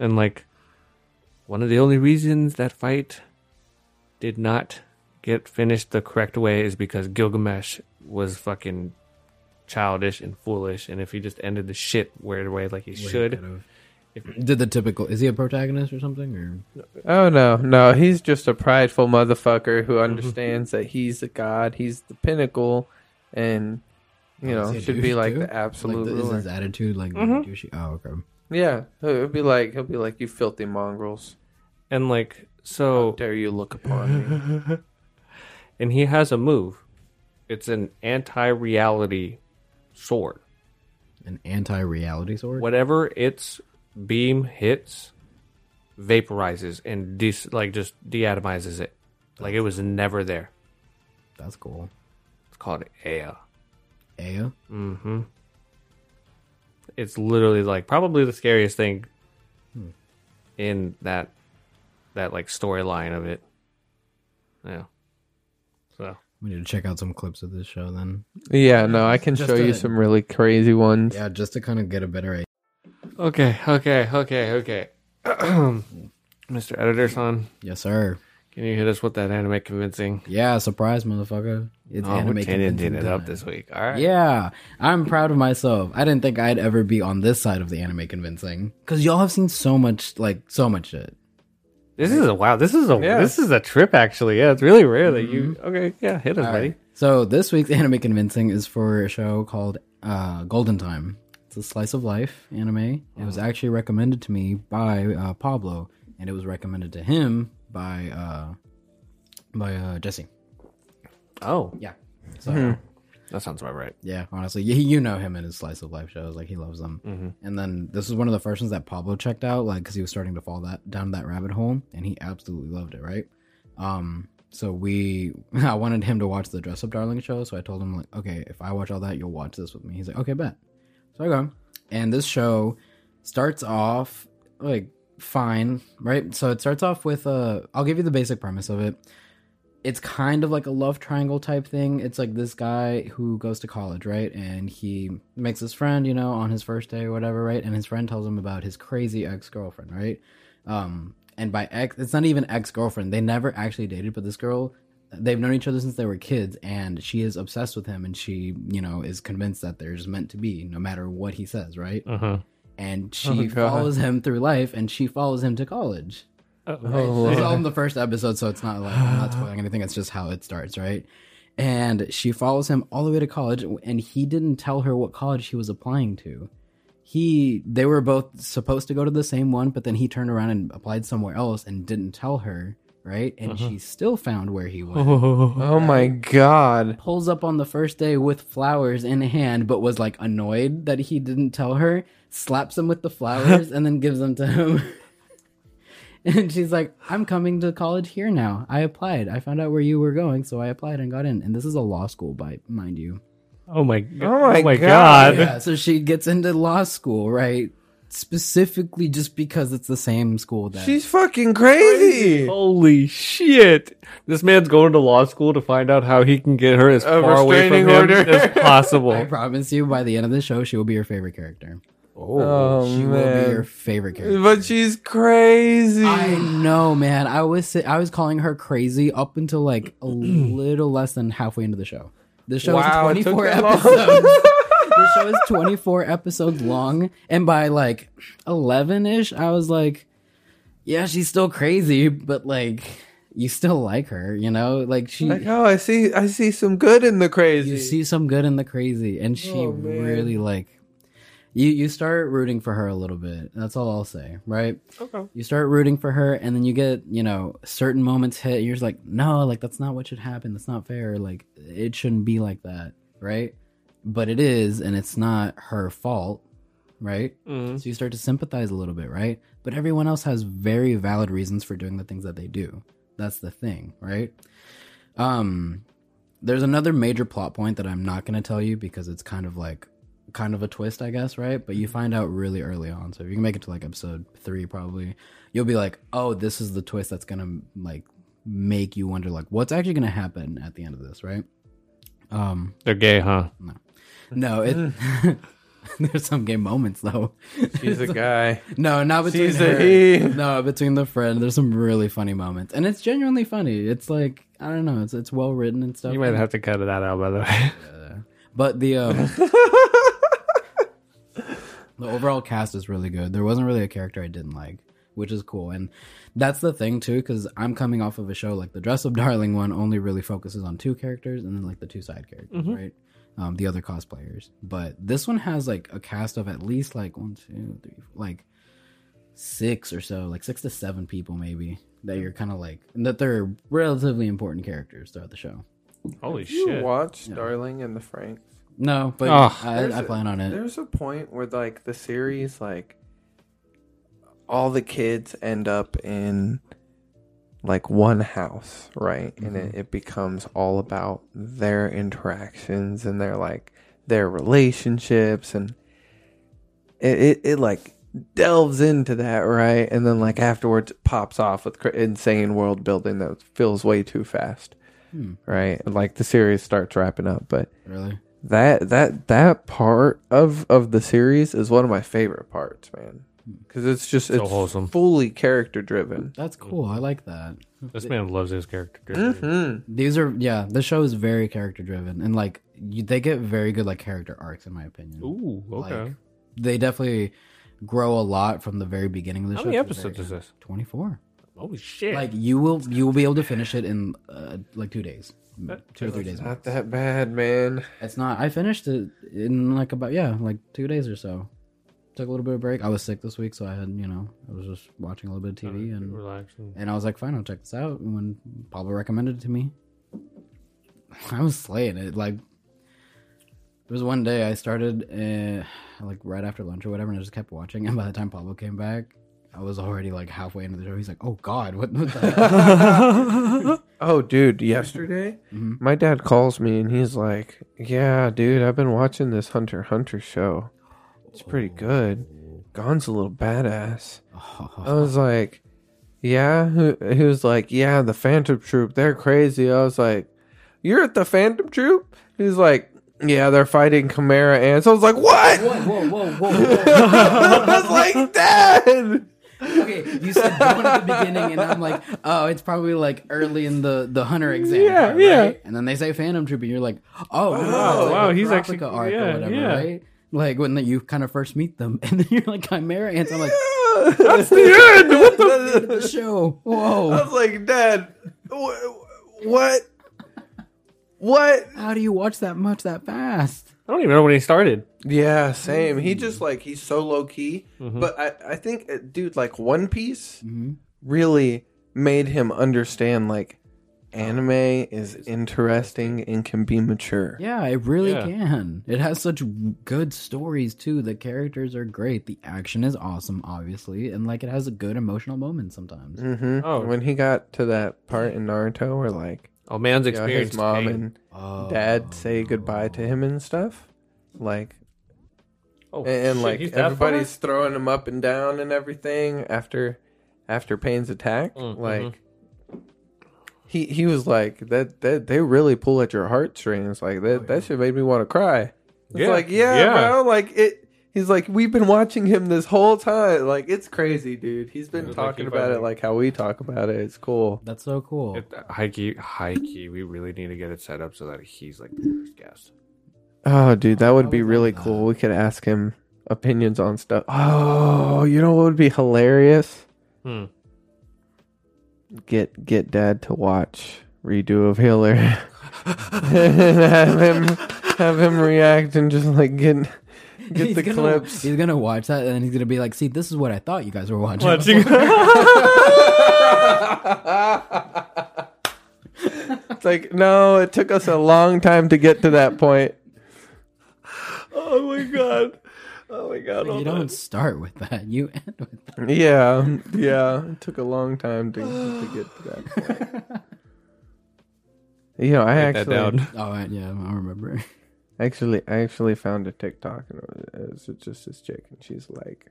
[SPEAKER 2] And like one of the only reasons that fight did not get finished the correct way is because Gilgamesh was fucking childish and foolish and if he just ended the shit weird way like he
[SPEAKER 3] Way
[SPEAKER 2] should
[SPEAKER 3] could've. Did the typical? Is he a protagonist or something? Or
[SPEAKER 1] Oh no, no, he's just a prideful motherfucker
[SPEAKER 3] Mm-hmm.
[SPEAKER 1] who understands that he's the god, he's the pinnacle, and you
[SPEAKER 3] Oh, is
[SPEAKER 1] know
[SPEAKER 3] he a
[SPEAKER 1] should be
[SPEAKER 3] douche,
[SPEAKER 1] like
[SPEAKER 3] too?
[SPEAKER 1] the absolute
[SPEAKER 3] like the, is
[SPEAKER 1] ruler.
[SPEAKER 3] his
[SPEAKER 2] Mm-hmm.
[SPEAKER 3] attitude like douchey? Oh, okay.
[SPEAKER 1] Yeah, he'll he'll be like he'll be like you filthy mongrels.
[SPEAKER 2] And like so
[SPEAKER 1] Dare you look upon me?
[SPEAKER 2] and he has a move. It's an anti-reality sword.
[SPEAKER 3] An anti-reality sword.
[SPEAKER 2] Whatever its beam hits vaporizes and de- like just deatomizes it. Like it was never there.
[SPEAKER 3] That's cool.
[SPEAKER 2] It's called Ea.
[SPEAKER 3] Aya.
[SPEAKER 2] It's literally like probably the scariest thing Hmm. in that that like storyline of it. Yeah. So
[SPEAKER 3] We need to check out some clips of this show then.
[SPEAKER 1] yeah, no, I can
[SPEAKER 3] Just
[SPEAKER 1] show you
[SPEAKER 3] a-
[SPEAKER 1] some really crazy ones.
[SPEAKER 3] Yeah, just to kind of get a better idea.
[SPEAKER 2] Okay, okay, okay, okay. Mr. Editor son,
[SPEAKER 3] Yes, sir.
[SPEAKER 2] can you hit us with that anime convincing?
[SPEAKER 3] Yeah, surprise, motherfucker. It's
[SPEAKER 2] Oh, we're changing
[SPEAKER 3] convincing
[SPEAKER 2] it up
[SPEAKER 3] time.
[SPEAKER 2] this week. All right.
[SPEAKER 3] Yeah, I'm proud of myself. I didn't think I'd ever be on this side of the anime convincing because y'all have seen so much, like so much shit.
[SPEAKER 2] This is a wow. This is a
[SPEAKER 1] Yeah.
[SPEAKER 2] this is a trip actually. Yeah, it's really rare that you. Okay, yeah, hit us, buddy.
[SPEAKER 3] So this week's anime convincing is for a show called uh, Golden Time. It's a slice of life anime. It was actually recommended to me by uh, Pablo, and it was recommended to him by uh, by uh, Jesse.
[SPEAKER 2] Oh,
[SPEAKER 3] Yeah. So
[SPEAKER 2] that sounds about right.
[SPEAKER 3] yeah, honestly, you, you know him and his slice of life shows. Like he loves them. And then this is one of the first ones that Pablo checked out, like because he was starting to fall that down that rabbit hole, and he absolutely loved it. Right. Um. So we, I wanted him to watch the Dress Up Darling show, so I told him like, okay, if I watch all that, you'll watch this with me. He's like, okay, bet. So I go, and this show starts off like fine, right? So it starts off with uh, I'll give you the basic premise of it it's kind of like a love triangle type thing. It's like this guy who goes to college, right? And he makes his friend, you know, on his first day or whatever, right? And his friend tells him about his crazy ex girlfriend, right? Um, and by ex, it's not even ex girlfriend. They never actually dated, but this girl, they've known each other since they were kids, and she is obsessed with him, and she, you know, is convinced that they're just meant to be, no matter what he says, right?
[SPEAKER 2] Uh-huh.
[SPEAKER 3] And
[SPEAKER 1] Oh,
[SPEAKER 3] she
[SPEAKER 1] God.
[SPEAKER 3] follows him through life, and she follows him to college.
[SPEAKER 2] Oh,
[SPEAKER 1] Oh, Lord.
[SPEAKER 3] This is all in the first episode, so it's not like I'm not spoiling anything. It's just how it starts, right? And she follows him all the way to college, and he didn't tell her what college he was applying to. He, they were both supposed to go to the same one, but then he turned around and applied somewhere else and didn't tell her, right? And she still found where he went.
[SPEAKER 1] Oh my god.
[SPEAKER 3] Pulls up on the first day with flowers in hand, but was like annoyed that he didn't tell her. Slaps him with the flowers and then gives them to him. And she's like, I'm coming to college here now. I applied. I found out where you were going, so I applied and got in. And this is a law school, by mind you.
[SPEAKER 2] oh my! go-
[SPEAKER 1] Oh my
[SPEAKER 2] Oh my
[SPEAKER 1] God.
[SPEAKER 2] god!
[SPEAKER 3] Yeah, so she gets into law school, right? Specifically just because it's the same school that
[SPEAKER 1] She's fucking crazy.
[SPEAKER 2] Holy shit! This man's going to law school to find out how he can get her as
[SPEAKER 1] A
[SPEAKER 2] far away from
[SPEAKER 1] restraining
[SPEAKER 2] him
[SPEAKER 1] order.
[SPEAKER 2] as
[SPEAKER 3] I
[SPEAKER 2] possible.
[SPEAKER 3] promise you by the end of the show she will be your favorite character.
[SPEAKER 1] Oh
[SPEAKER 3] She will be your
[SPEAKER 1] man.
[SPEAKER 3] favorite character.
[SPEAKER 1] But she's crazy.
[SPEAKER 3] I know, man. I was si- I was calling her crazy up until like a little less than halfway into the show. The show
[SPEAKER 1] Wow, it
[SPEAKER 3] is
[SPEAKER 1] took
[SPEAKER 3] 24
[SPEAKER 1] that long.
[SPEAKER 3] episodes. the show is 24 episodes long and by like 11ish I was like yeah, she's still crazy, but like you still like her, you know? Like she
[SPEAKER 1] Like, oh, I see I see some good in the crazy.
[SPEAKER 3] you see some good in the crazy and she
[SPEAKER 1] Oh, man.
[SPEAKER 3] really like you you start rooting for her a little bit. That's all I'll say, right?
[SPEAKER 2] Okay.
[SPEAKER 3] you start rooting for her and then you get you know certain moments hit and you're just like no like that's not what should happen that's not fair like it shouldn't be like that right but it is and it's not her fault right
[SPEAKER 2] Mhm.
[SPEAKER 3] so you start to sympathize a little bit right but everyone else has very valid reasons for doing the things that they do that's the thing right um there's another major plot point that i'm not going to tell you because it's kind of like kind of a twist i guess right but you find out really early on so if you can make it to like episode three probably you'll be like oh this is the twist that's going to like make you wonder like what's actually going to happen at the end of this right um
[SPEAKER 2] They're gay, huh?
[SPEAKER 3] no it there's some gay moments though
[SPEAKER 1] She's a guy.
[SPEAKER 3] no, not between
[SPEAKER 1] She's a
[SPEAKER 3] her.
[SPEAKER 1] he.
[SPEAKER 3] No, between the friend. There's some really funny moments, and it's genuinely funny. It's like I don't know. It's it's well written and stuff.
[SPEAKER 2] You might have to cut that out, by the way.
[SPEAKER 3] but the um, the overall cast is really good. There wasn't really a character I didn't like, which is cool. And that's the thing too, because I'm coming off of a show like the Dress Up Darling one only really focuses on two characters and then like the two side characters,
[SPEAKER 1] Mm-hmm.
[SPEAKER 3] right? Um, the other cosplayers. But this one has like a cast of at least like one, two, three, four, like six or so, like six to seven people maybe that you're kind of like and that they're relatively important characters throughout the show.
[SPEAKER 2] Holy
[SPEAKER 1] Have you
[SPEAKER 2] shit.
[SPEAKER 1] watched
[SPEAKER 3] Yeah.
[SPEAKER 1] Darling and the Franks?
[SPEAKER 3] No, but
[SPEAKER 2] Ugh.
[SPEAKER 1] There's
[SPEAKER 3] I, I
[SPEAKER 1] a-
[SPEAKER 3] plan on it.
[SPEAKER 1] There's a point where like the series like all the kids end up in like one house, right? And it,
[SPEAKER 3] Mm-hmm.
[SPEAKER 1] it becomes all about their interactions and their like their relationships and it it, it like delves into that right and then like afterwards it pops off with cr- insane world building that feels way too fast
[SPEAKER 3] Hmm.
[SPEAKER 1] right like the series starts wrapping up but
[SPEAKER 3] Really?
[SPEAKER 1] that that that part of of the series is one of my favorite parts man because it's just it's
[SPEAKER 2] wholesome.
[SPEAKER 1] fully character driven
[SPEAKER 3] That's cool. I like that.
[SPEAKER 2] This man loves his character. dude.
[SPEAKER 1] mm-hmm.
[SPEAKER 3] These are yeah, the show is very character driven and like you, they get very good like character arcs in my opinion.
[SPEAKER 2] Ooh, okay.
[SPEAKER 3] Like, they definitely grow a lot from the very beginning of the
[SPEAKER 2] How
[SPEAKER 3] show.
[SPEAKER 2] many
[SPEAKER 3] to the very
[SPEAKER 2] episodes is
[SPEAKER 3] end.
[SPEAKER 2] this?
[SPEAKER 3] 24.
[SPEAKER 2] Holy shit.
[SPEAKER 3] Like you will you will be able to finish it in uh, like 2 days. 2 or 3 days.
[SPEAKER 1] not that bad man
[SPEAKER 3] It's not. I finished it in like about yeah, like two days or so. Took a little bit of break. I was sick this week, so I had you know I was just watching a little bit of TV and
[SPEAKER 2] relax. and-
[SPEAKER 3] and I was like, fine, I'll check this out. And when Pablo recommended it to me, I was slaying it. Like there was one day I started uh, like right after lunch or whatever, and I just kept watching. And by the time Pablo came back, I was already like halfway into the show. He's like, oh god, what, what the hell?
[SPEAKER 1] oh dude yesterday
[SPEAKER 3] Mhm.
[SPEAKER 1] my dad calls me and he's like yeah dude i've been watching this hunter x hunter show it's pretty good gon's a little badass I was like, yeah. Who, he was like, yeah, the Phantom Troop. They're crazy. I was like, you're at the Phantom Troop? He's like, yeah, they're fighting Chimera ants. I was like, what?
[SPEAKER 3] whoa, whoa, whoa, whoa.
[SPEAKER 1] I was like, dad.
[SPEAKER 3] Okay, you said dawn at the beginning, and I'm like, oh, it's probably like early in the the hunter exam.
[SPEAKER 2] Yeah,
[SPEAKER 3] part,
[SPEAKER 2] yeah.
[SPEAKER 3] right? And then they say Phantom Troop, and you're like, oh, wow,
[SPEAKER 2] Wow,
[SPEAKER 3] it's like
[SPEAKER 2] wow,
[SPEAKER 3] the
[SPEAKER 2] he's
[SPEAKER 3] Proptica
[SPEAKER 2] actually-
[SPEAKER 3] arc
[SPEAKER 2] yeah,
[SPEAKER 3] or whatever,
[SPEAKER 2] yeah.
[SPEAKER 3] right? Like when you kind of first meet them, and then you're like Chimera ants. I'm like,
[SPEAKER 1] That's
[SPEAKER 2] the end. What
[SPEAKER 3] the show,
[SPEAKER 1] I
[SPEAKER 3] whoa.
[SPEAKER 1] was like, dad, wh- what? What?
[SPEAKER 3] How do you watch that much that fast?
[SPEAKER 2] I don't even know when he started.
[SPEAKER 1] Yeah, same. He
[SPEAKER 2] Mm.
[SPEAKER 1] just like he's so low key,
[SPEAKER 2] Mm-hmm.
[SPEAKER 1] but I I think uh, dude like One Piece really made him understand like
[SPEAKER 2] Oh.
[SPEAKER 1] anime is interesting and can be mature.
[SPEAKER 3] Yeah, it really
[SPEAKER 2] Yeah.
[SPEAKER 3] can. It has such good stories too. The characters are great. The action is awesome, obviously, and like it has a good emotional moment sometimes.
[SPEAKER 1] hmm
[SPEAKER 2] Oh.
[SPEAKER 1] When he got to that part in Naruto where like
[SPEAKER 2] Oh, man's
[SPEAKER 1] you know, his
[SPEAKER 2] experience.
[SPEAKER 1] mom
[SPEAKER 2] pain.
[SPEAKER 1] and
[SPEAKER 3] Oh,
[SPEAKER 1] dad say goodbye to him and stuff, like
[SPEAKER 2] oh,
[SPEAKER 1] and, and
[SPEAKER 2] shit,
[SPEAKER 1] like
[SPEAKER 2] he's that far?
[SPEAKER 1] everybody's throwing him up and down and everything after after Payne's attack.
[SPEAKER 2] Mm,
[SPEAKER 1] Like he he was like that that they really pull at your heartstrings. Like that that shit made me want to cry. It's
[SPEAKER 2] Oh, Yeah,
[SPEAKER 1] like yeah,
[SPEAKER 2] yeah.
[SPEAKER 1] bro. Like it. He's like we've been watching him this whole time. Like it's crazy, dude. He's been
[SPEAKER 2] Yeah, like,
[SPEAKER 1] talking
[SPEAKER 2] if I
[SPEAKER 1] about it
[SPEAKER 2] think-
[SPEAKER 1] like how we talk about it. It's cool.
[SPEAKER 3] That's so cool.
[SPEAKER 2] It, high key, high key. We really need to get it set up so that he's like the first guest.
[SPEAKER 1] Oh, dude, that would
[SPEAKER 3] I
[SPEAKER 1] be
[SPEAKER 3] would
[SPEAKER 1] really
[SPEAKER 3] love that.
[SPEAKER 1] cool. We could ask him opinions on stuff. Oh, you know what would be hilarious?
[SPEAKER 2] Hmm.
[SPEAKER 1] Get get dad to watch redo of Hitler and have him have him react and just like get get
[SPEAKER 3] He's
[SPEAKER 1] the
[SPEAKER 3] gonna-
[SPEAKER 1] clips.
[SPEAKER 3] He's gonna watch that, and then he's gonna be like, "See, this is what I thought you guys were watching."
[SPEAKER 2] Oh
[SPEAKER 1] It's like no, it took us a long time to get to that point.
[SPEAKER 2] oh my god. Oh my god.
[SPEAKER 3] You don't start with that. You end with that.
[SPEAKER 1] Yeah, yeah. It took a long time to, to get to that point. You know, I
[SPEAKER 2] that
[SPEAKER 1] actually
[SPEAKER 2] down.
[SPEAKER 3] Oh, I- yeah, I remember.
[SPEAKER 1] actually I actually found a TikTok and it was, it was just this chick and she's like,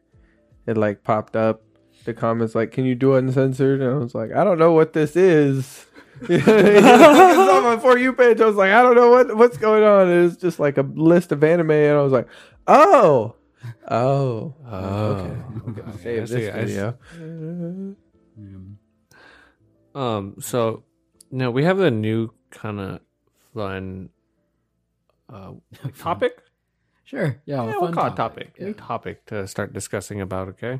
[SPEAKER 1] it like popped up. The comments like, "Can you do uncensored?" And I was like, "I don't know what this is." it's on my for you page. I was like, "I don't know what what's going on." It was just like a list of anime, and I was like, "Oh, oh, okay."
[SPEAKER 2] Okay, I
[SPEAKER 1] Save
[SPEAKER 2] see,
[SPEAKER 1] this
[SPEAKER 2] I see.
[SPEAKER 1] video.
[SPEAKER 2] Um. So, no, we have a new kind of fun uh, topic.
[SPEAKER 3] Sure. Yeah.
[SPEAKER 2] yeah,
[SPEAKER 3] a
[SPEAKER 2] we'll
[SPEAKER 3] fun
[SPEAKER 2] call it topic.
[SPEAKER 3] Yeah.
[SPEAKER 2] New topic to start discussing about. Okay.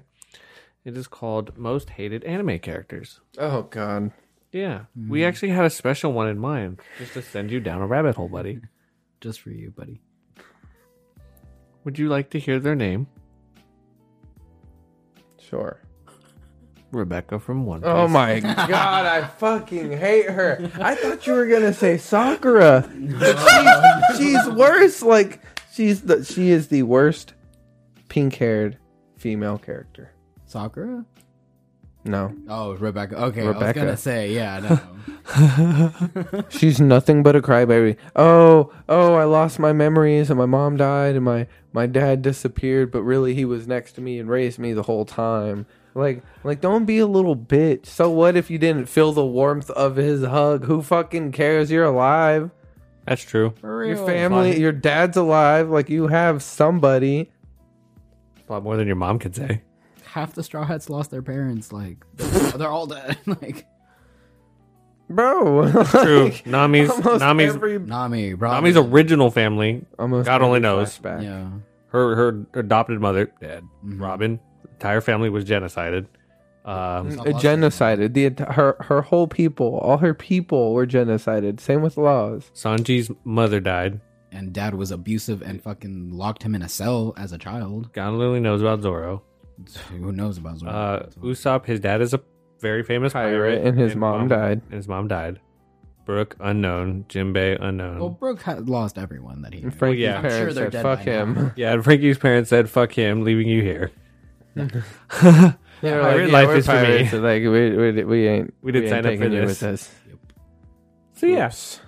[SPEAKER 2] It is called most hated anime characters.
[SPEAKER 1] Oh god.
[SPEAKER 2] Yeah, we actually had a special one in mind, just to send you down a rabbit hole, buddy.
[SPEAKER 3] Just for you, buddy.
[SPEAKER 2] Would you like to hear their name?
[SPEAKER 1] Sure.
[SPEAKER 2] Rebecca from One Piece.
[SPEAKER 1] Oh my god, I fucking hate her. I thought you were gonna say Sakura. She's, she's worse. Like she's the she is the worst pink haired female character.
[SPEAKER 3] Sakura?
[SPEAKER 1] No,
[SPEAKER 3] Oh, Rebecca. Okay, I was
[SPEAKER 1] Rebecca.
[SPEAKER 3] gonna say, yeah, no.
[SPEAKER 1] she's nothing but a crybaby. Oh, oh, I lost my memories and my mom died and my my dad disappeared, but really he was next to me and raised me the whole time. Like, like, don't be a little bitch. So what if you didn't feel the warmth of his hug? Who fucking cares? You're alive.
[SPEAKER 2] That's true.
[SPEAKER 3] For
[SPEAKER 1] Your
[SPEAKER 3] real.
[SPEAKER 1] family, your dad's alive. Like you have somebody.
[SPEAKER 2] A lot more than your mom could say.
[SPEAKER 3] half the Straw Hats lost their parents. Like they're, they're all dead. like
[SPEAKER 1] Bro,
[SPEAKER 2] True.
[SPEAKER 1] like,
[SPEAKER 2] Nami's
[SPEAKER 1] almost
[SPEAKER 2] Nami's
[SPEAKER 1] every
[SPEAKER 3] Nami, bro.
[SPEAKER 2] Nami's original family.
[SPEAKER 1] almost
[SPEAKER 2] God only knows.
[SPEAKER 1] flashback.
[SPEAKER 3] yeah.
[SPEAKER 2] Her her adopted mother, dead.
[SPEAKER 3] Mhm.
[SPEAKER 2] Robin, entire family was genocided. Um,
[SPEAKER 3] Mhm.
[SPEAKER 1] Uh, genocided. The ent- her her whole people, all her people were genocided. Same with Laws.
[SPEAKER 2] Sanji's mother died.
[SPEAKER 3] And dad was abusive and fucking locked him in a cell as a child.
[SPEAKER 2] God only knows about Zoro.
[SPEAKER 3] Who knows about Zoro?
[SPEAKER 2] Uh, Usopp, his dad is a very famous pirate,
[SPEAKER 1] Pirate and his mom died.
[SPEAKER 2] And his mom died. Brooke unknown. Jinbei unknown.
[SPEAKER 1] Um,
[SPEAKER 3] well, Brooke had lost everyone that he. Knew.
[SPEAKER 1] And Frankie's
[SPEAKER 2] yeah. I'm
[SPEAKER 3] sure
[SPEAKER 1] parents
[SPEAKER 3] they're
[SPEAKER 1] said,
[SPEAKER 3] dead
[SPEAKER 1] "Fuck
[SPEAKER 3] by
[SPEAKER 1] him."
[SPEAKER 3] now.
[SPEAKER 2] Yeah, and Frankie's parents said, "Fuck him, leaving you here."
[SPEAKER 1] They were like,
[SPEAKER 2] Pirate life
[SPEAKER 1] we're
[SPEAKER 2] is for me.
[SPEAKER 1] pirates, so, like we, we, we ain't
[SPEAKER 2] We didn't
[SPEAKER 1] ain't
[SPEAKER 2] sign up for
[SPEAKER 1] taking you
[SPEAKER 2] this.
[SPEAKER 1] with us.
[SPEAKER 2] So yes.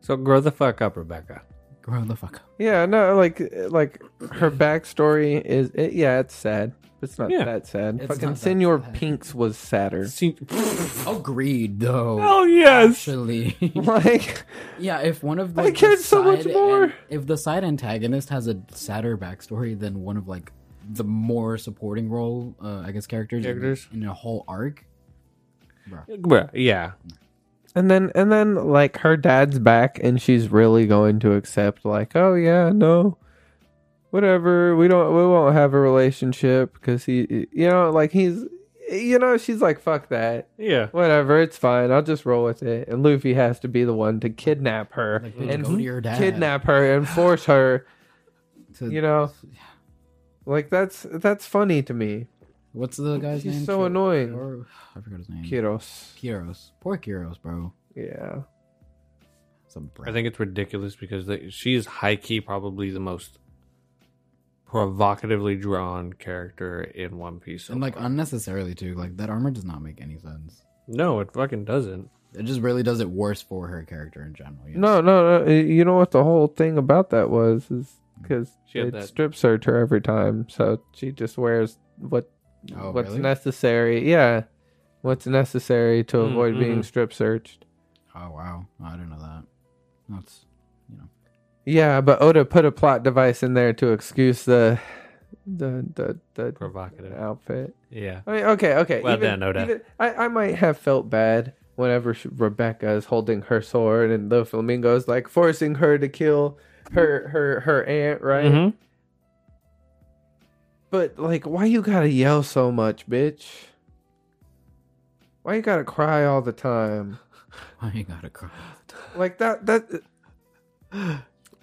[SPEAKER 2] So grow the fuck up, Rebecca.
[SPEAKER 3] Grow the fuck up.
[SPEAKER 1] Yeah, no, like like her backstory is it, yeah, it's sad. It's not
[SPEAKER 2] Yeah.
[SPEAKER 1] that sad.
[SPEAKER 3] It's not
[SPEAKER 1] Fucking
[SPEAKER 3] that
[SPEAKER 1] Senor
[SPEAKER 3] sad.
[SPEAKER 1] Pinks was sadder.
[SPEAKER 3] Agreed, though.
[SPEAKER 2] oh yes.
[SPEAKER 3] Actually,
[SPEAKER 1] Like
[SPEAKER 3] yeah. If one of the,
[SPEAKER 1] I cared so much
[SPEAKER 3] side
[SPEAKER 1] more.
[SPEAKER 3] an- if the side antagonist has a sadder backstory than one of like the more supporting role, uh, I guess characters, in-
[SPEAKER 2] Characters.
[SPEAKER 3] in a whole arc.
[SPEAKER 2] Bruh, Yeah.
[SPEAKER 1] And then and then like her dad's back and she's really going to accept like, "Oh yeah, no. Whatever. We don't we won't have a relationship cuz he you know, like he's you know, she's like, "Fuck that.
[SPEAKER 2] Yeah.
[SPEAKER 1] Whatever, it's fine. I'll just roll with it." And Luffy has to be the one to kidnap her
[SPEAKER 3] Like, bitch, go to
[SPEAKER 1] and
[SPEAKER 3] your dad.
[SPEAKER 1] kidnap her and force her,
[SPEAKER 3] to-
[SPEAKER 1] you know. Like that's that's funny to me.
[SPEAKER 3] What's the guy's
[SPEAKER 1] She's
[SPEAKER 3] name?
[SPEAKER 1] so
[SPEAKER 3] Ki-
[SPEAKER 1] annoying.
[SPEAKER 3] Or, I forgot his name.
[SPEAKER 1] Kiros.
[SPEAKER 3] Kiros. Poor Kiros, bro.
[SPEAKER 1] Yeah.
[SPEAKER 3] Some
[SPEAKER 2] I think it's ridiculous because they, she's high key probably the most provocatively drawn character in One Piece. so
[SPEAKER 3] and like
[SPEAKER 2] far.
[SPEAKER 3] unnecessarily too. Like that armor does not make any sense.
[SPEAKER 2] no, it fucking doesn't.
[SPEAKER 3] It just really does it worse for her character in general. you know?
[SPEAKER 1] No, no, no. You know what the whole thing about that was is because
[SPEAKER 2] She had
[SPEAKER 1] it
[SPEAKER 2] that-
[SPEAKER 1] strips her to every time, so she just wears what
[SPEAKER 3] Oh,
[SPEAKER 1] what's
[SPEAKER 3] really?
[SPEAKER 1] necessary. Yeah, what's necessary to
[SPEAKER 2] Mm,
[SPEAKER 1] avoid being
[SPEAKER 2] mhm.
[SPEAKER 1] strip searched.
[SPEAKER 3] Oh wow, I didn't know that. That's
[SPEAKER 1] Yeah, but Oda put a plot device in there to excuse the the the, the
[SPEAKER 2] Provocative.
[SPEAKER 1] outfit.
[SPEAKER 2] Yeah.
[SPEAKER 1] I mean, okay, okay.
[SPEAKER 2] Well done, Oda.
[SPEAKER 1] even- I, I might have felt bad whenever she, Rebecca is holding her sword and the flamingo is like forcing her to kill her her her aunt, right?
[SPEAKER 2] Mhm.
[SPEAKER 1] But like, why you gotta yell so much, bitch? Why you gotta cry all the time?
[SPEAKER 3] why you gotta cry.
[SPEAKER 1] Like that that.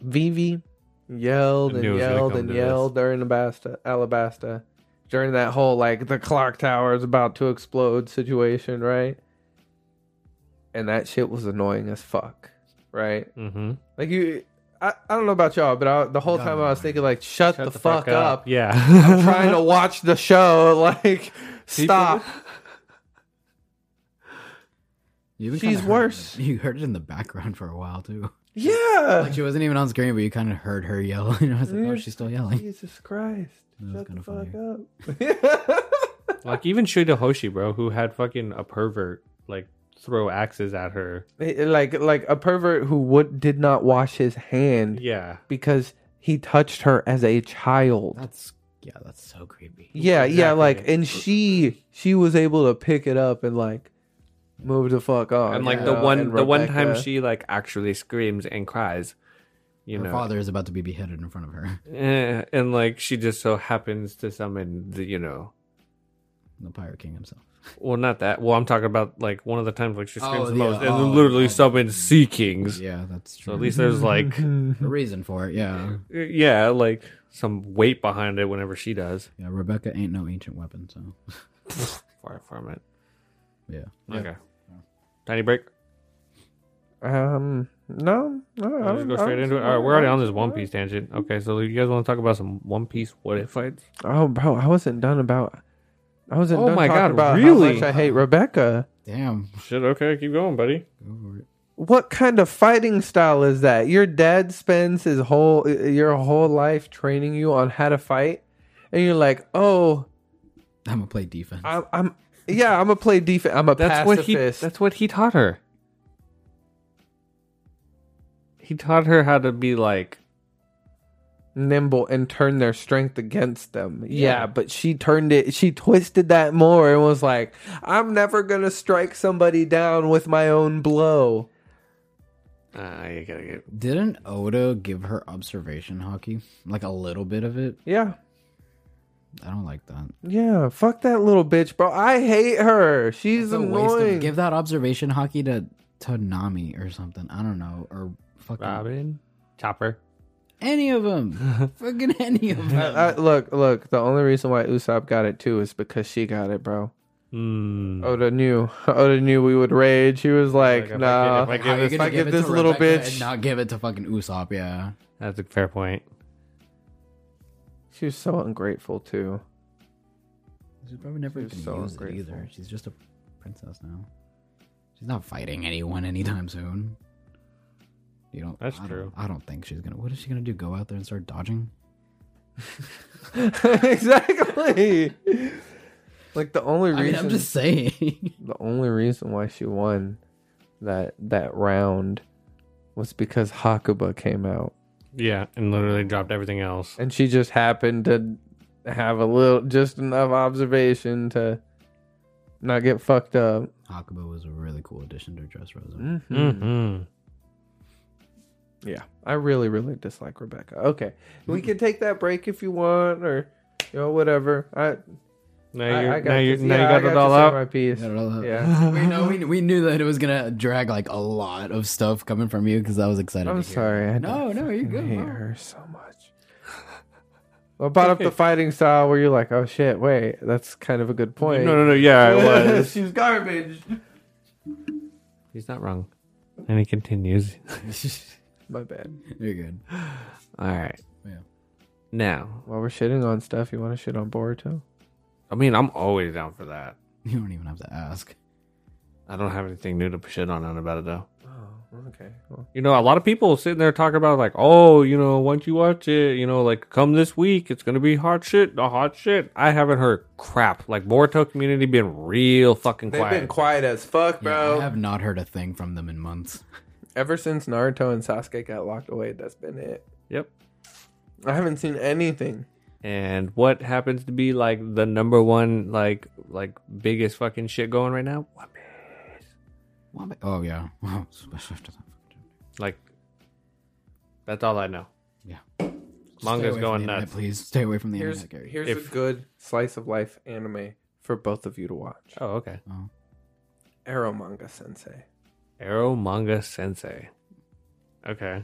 [SPEAKER 1] Vivi yelled
[SPEAKER 2] I
[SPEAKER 1] and
[SPEAKER 2] knew it was gonna
[SPEAKER 1] yelled
[SPEAKER 2] come
[SPEAKER 1] and
[SPEAKER 2] to
[SPEAKER 1] yelled during Abasta, Alabasta, during that whole like the clock tower is about to explode situation, right? And that shit was annoying as fuck, right?
[SPEAKER 2] Mhm.
[SPEAKER 1] Like you, I, I don't know about y'all, but I, the whole
[SPEAKER 3] Got
[SPEAKER 1] time
[SPEAKER 3] it.
[SPEAKER 1] I was thinking like, shut, the, fuck, up.
[SPEAKER 2] Yeah.
[SPEAKER 1] I'm trying to watch the show. Like, stop.
[SPEAKER 3] You even
[SPEAKER 1] She's
[SPEAKER 3] kinda heard it in
[SPEAKER 1] worse.
[SPEAKER 3] the- you heard it in the background for a while too.
[SPEAKER 1] Yeah.
[SPEAKER 3] Like she wasn't even on screen, but you kind of heard her yell. And I was like, oh,
[SPEAKER 1] Yeah.
[SPEAKER 3] she's still yelling.
[SPEAKER 1] Jesus Christ.
[SPEAKER 3] That was
[SPEAKER 1] Shut the fuck
[SPEAKER 3] kinda
[SPEAKER 1] up.
[SPEAKER 2] Like even Shuda Hoshi, bro, who had fucking a pervert like throw axes at her.
[SPEAKER 1] It- like like a pervert who would did not wash his hand
[SPEAKER 2] Yeah.
[SPEAKER 1] because he touched her as a child.
[SPEAKER 3] That's yeah, that's so creepy.
[SPEAKER 1] yeah, yeah,
[SPEAKER 2] exactly.
[SPEAKER 1] like and she she was able to pick it up and like move the fuck on.
[SPEAKER 2] and
[SPEAKER 1] you
[SPEAKER 2] like the
[SPEAKER 1] know,
[SPEAKER 2] one
[SPEAKER 1] Oh, and
[SPEAKER 2] the one time
[SPEAKER 1] Rebecca-
[SPEAKER 2] she like actually screams and cries you
[SPEAKER 3] her
[SPEAKER 2] know
[SPEAKER 3] father is about to be beheaded in front of her.
[SPEAKER 2] Eh, and like she just so happens to summon the you know
[SPEAKER 3] The Pirate King himself.
[SPEAKER 2] well not that well i'm talking about like one of the times like she screams
[SPEAKER 3] Oh,
[SPEAKER 2] the
[SPEAKER 3] the-
[SPEAKER 2] most and
[SPEAKER 3] oh,
[SPEAKER 2] literally
[SPEAKER 3] oh.
[SPEAKER 2] summons sea kings
[SPEAKER 3] Yeah, that's true.
[SPEAKER 2] so at least there's like
[SPEAKER 3] a reason for it. Yeah.
[SPEAKER 2] yeah like some weight behind it whenever she does
[SPEAKER 3] Yeah, Rebecca ain't no ancient weapon, so
[SPEAKER 2] far from it.
[SPEAKER 3] Yeah. Yeah.
[SPEAKER 2] Okay. Tiny break.
[SPEAKER 1] Um, no, no, I
[SPEAKER 2] I'll just
[SPEAKER 1] don't-
[SPEAKER 2] go
[SPEAKER 1] I
[SPEAKER 2] straight
[SPEAKER 1] don't
[SPEAKER 2] into it.
[SPEAKER 1] see
[SPEAKER 2] All right,
[SPEAKER 1] why
[SPEAKER 2] we're already
[SPEAKER 1] not.
[SPEAKER 2] on this One Piece tangent. Okay, so you guys want to talk about some One Piece what if fights?
[SPEAKER 1] Oh, bro, I wasn't done about. I wasn't.
[SPEAKER 2] Oh
[SPEAKER 1] done
[SPEAKER 2] my
[SPEAKER 1] talking
[SPEAKER 2] God,
[SPEAKER 1] About
[SPEAKER 2] really?
[SPEAKER 1] How much I hate Rebecca.
[SPEAKER 3] Damn.
[SPEAKER 2] Shit. Okay, keep going, buddy.
[SPEAKER 3] Go for it.
[SPEAKER 1] What kind of fighting style is that? Your dad spends his whole your whole life training you on how to fight, and you're like, oh,
[SPEAKER 3] I'm gonna play defense.
[SPEAKER 1] I'm, I'm yeah, I'm gonna play defense. I'm a
[SPEAKER 2] That's what he.
[SPEAKER 1] pacifist.
[SPEAKER 2] That's what he taught her. He taught her how to be like
[SPEAKER 1] nimble and turn their strength against them. Yeah.
[SPEAKER 2] Yeah.
[SPEAKER 1] but she turned it, she twisted that more and was like, I'm never going to strike somebody down with my own blow.
[SPEAKER 2] Ah, you gotta get.
[SPEAKER 3] Didn't Oda give her observation hockey? Like a little bit of it?
[SPEAKER 1] Yeah.
[SPEAKER 3] I don't like that.
[SPEAKER 1] Yeah. Fuck that little bitch, bro. I hate her. She's
[SPEAKER 3] It's a waste of-
[SPEAKER 1] annoying.
[SPEAKER 3] give that observation hockey to to Nami or something. I don't know. Or fucking
[SPEAKER 2] Robin, Chopper.
[SPEAKER 3] any of them. fucking any of them.
[SPEAKER 1] I- I- look, look, the only reason why Usopp got it too is because she got it, bro.
[SPEAKER 3] Hmm.
[SPEAKER 2] Mm.
[SPEAKER 1] Oda knew. Oda knew we would rage. He was like,
[SPEAKER 2] Like, if I
[SPEAKER 1] nah.
[SPEAKER 2] get- if I
[SPEAKER 3] How are you
[SPEAKER 2] this-
[SPEAKER 3] gonna
[SPEAKER 1] I give
[SPEAKER 3] it
[SPEAKER 1] this
[SPEAKER 3] to
[SPEAKER 1] little
[SPEAKER 3] Rebecca
[SPEAKER 1] bitch-
[SPEAKER 3] and not give it to fucking Usopp. Yeah.
[SPEAKER 2] That's a fair point.
[SPEAKER 1] She was so ungrateful too.
[SPEAKER 3] She's probably never
[SPEAKER 1] She was
[SPEAKER 3] gonna
[SPEAKER 1] so
[SPEAKER 3] use it
[SPEAKER 1] ungrateful.
[SPEAKER 3] either. She's just a princess now. She's not fighting anyone anytime soon. You don't.
[SPEAKER 2] That's
[SPEAKER 3] I don't-
[SPEAKER 2] true.
[SPEAKER 3] I don't think she's gonna. What is she gonna do? Go out there and start dodging?
[SPEAKER 1] exactly. Like the only
[SPEAKER 3] I
[SPEAKER 1] reason
[SPEAKER 3] mean, I'm just saying.
[SPEAKER 1] the only reason why she won that that round was because Hakuba came out
[SPEAKER 2] Yeah, and literally dropped everything else.
[SPEAKER 1] and she just happened to have a little just enough observation to not get fucked up.
[SPEAKER 3] Hakuba was a really cool addition to Dressrosa.
[SPEAKER 2] Mm-hmm.
[SPEAKER 1] Yeah, I really really dislike Rebecca. Okay. We can take that break if you want or you know whatever. I
[SPEAKER 2] Now
[SPEAKER 1] I,
[SPEAKER 2] you
[SPEAKER 1] I
[SPEAKER 2] now you
[SPEAKER 1] this.
[SPEAKER 2] now
[SPEAKER 1] Yeah,
[SPEAKER 2] you
[SPEAKER 1] I
[SPEAKER 2] got it
[SPEAKER 1] to
[SPEAKER 2] all
[SPEAKER 1] say
[SPEAKER 2] out.
[SPEAKER 1] My piece.
[SPEAKER 3] Yeah, all out.
[SPEAKER 1] Yeah.
[SPEAKER 3] we know we, we knew that it was gonna drag like a lot of stuff coming from you because I was excited.
[SPEAKER 1] I'm
[SPEAKER 3] to hear.
[SPEAKER 1] sorry. I
[SPEAKER 3] No,
[SPEAKER 1] don't
[SPEAKER 3] no, you're
[SPEAKER 1] fucking
[SPEAKER 3] good,
[SPEAKER 1] hate
[SPEAKER 3] bro.
[SPEAKER 1] her so much. What brought up the fighting style where you're like, oh shit, wait, that's kind of a good point.
[SPEAKER 2] No, no, no. Yeah, it was.
[SPEAKER 1] She's garbage.
[SPEAKER 2] He's not wrong. And he continues.
[SPEAKER 1] My bad.
[SPEAKER 3] You're good.
[SPEAKER 2] All right.
[SPEAKER 3] Yeah.
[SPEAKER 2] Now,
[SPEAKER 1] While we're shitting on stuff, you want to shit on Boruto?
[SPEAKER 2] I mean, I'm always down for that.
[SPEAKER 3] You don't even have to ask.
[SPEAKER 2] I don't have anything new to shit on about it though.
[SPEAKER 1] Oh, okay. Well,
[SPEAKER 2] You know, a lot of people sitting there talking about like, oh, you know, once you watch it, you know, like come this week, it's gonna be hot shit, the hot shit. I haven't heard crap. Like Boruto community been real fucking
[SPEAKER 1] they've
[SPEAKER 2] quiet.
[SPEAKER 1] been quiet as fuck,
[SPEAKER 3] Yeah,
[SPEAKER 1] bro.
[SPEAKER 3] I have not heard a thing from them in months.
[SPEAKER 1] Ever since Naruto and Sasuke got locked away, that's been it.
[SPEAKER 2] Yep.
[SPEAKER 1] I haven't seen anything.
[SPEAKER 2] And what happens to be like the number one like like biggest fucking shit going right now? One Piece.
[SPEAKER 3] Wambi- Oh yeah. Wow. Especially after that.
[SPEAKER 2] Like that's all I know.
[SPEAKER 3] Yeah. Stay away
[SPEAKER 2] Manga's
[SPEAKER 3] from
[SPEAKER 2] going
[SPEAKER 3] the internet,
[SPEAKER 2] nuts.
[SPEAKER 3] please stay away from the
[SPEAKER 1] Here's
[SPEAKER 3] internet, Gary.
[SPEAKER 1] here's
[SPEAKER 2] If-
[SPEAKER 1] a good slice of life anime for both of you to watch.
[SPEAKER 2] Oh, okay.
[SPEAKER 1] Arrow manga sensei.
[SPEAKER 2] Arrow manga sensei. Okay.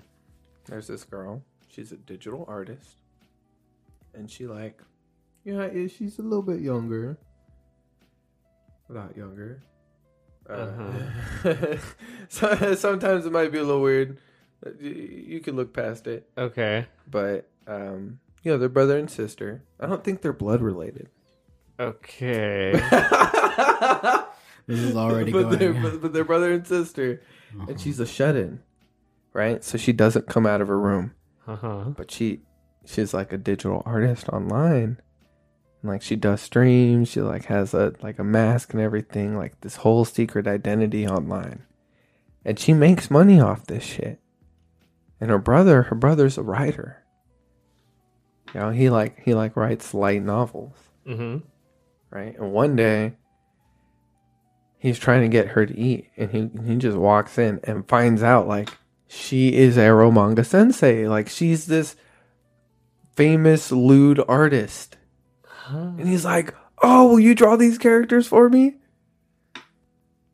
[SPEAKER 1] there's this girl. She's a digital artist, and she like, yeah, yeah, she's a little bit younger. A lot younger. Uh, Uh-huh. so, sometimes it might be a little weird. Y- You can look past it,
[SPEAKER 2] Okay.
[SPEAKER 1] but um, you know they're brother and sister. I don't think they're blood related.
[SPEAKER 2] Okay.
[SPEAKER 3] This is already
[SPEAKER 1] but they're,
[SPEAKER 3] going. Uh-huh.
[SPEAKER 1] but, but they're brother and sister, and she's a shut-in, right? So she doesn't come out of her room.
[SPEAKER 2] Uh-huh.
[SPEAKER 1] but she she's like a digital artist online and like she does streams she like has a like a mask and everything like this whole secret identity online and she makes money off this shit and her brother her brother's a writer you know he like he like writes light novels
[SPEAKER 2] Mm-hmm.
[SPEAKER 1] right and one day he's trying to get her to eat and he, he just walks in and finds out like she is Arrow Manga Sensei. Like she's this famous lewd artist. And he's like, Oh, will you draw these characters for me?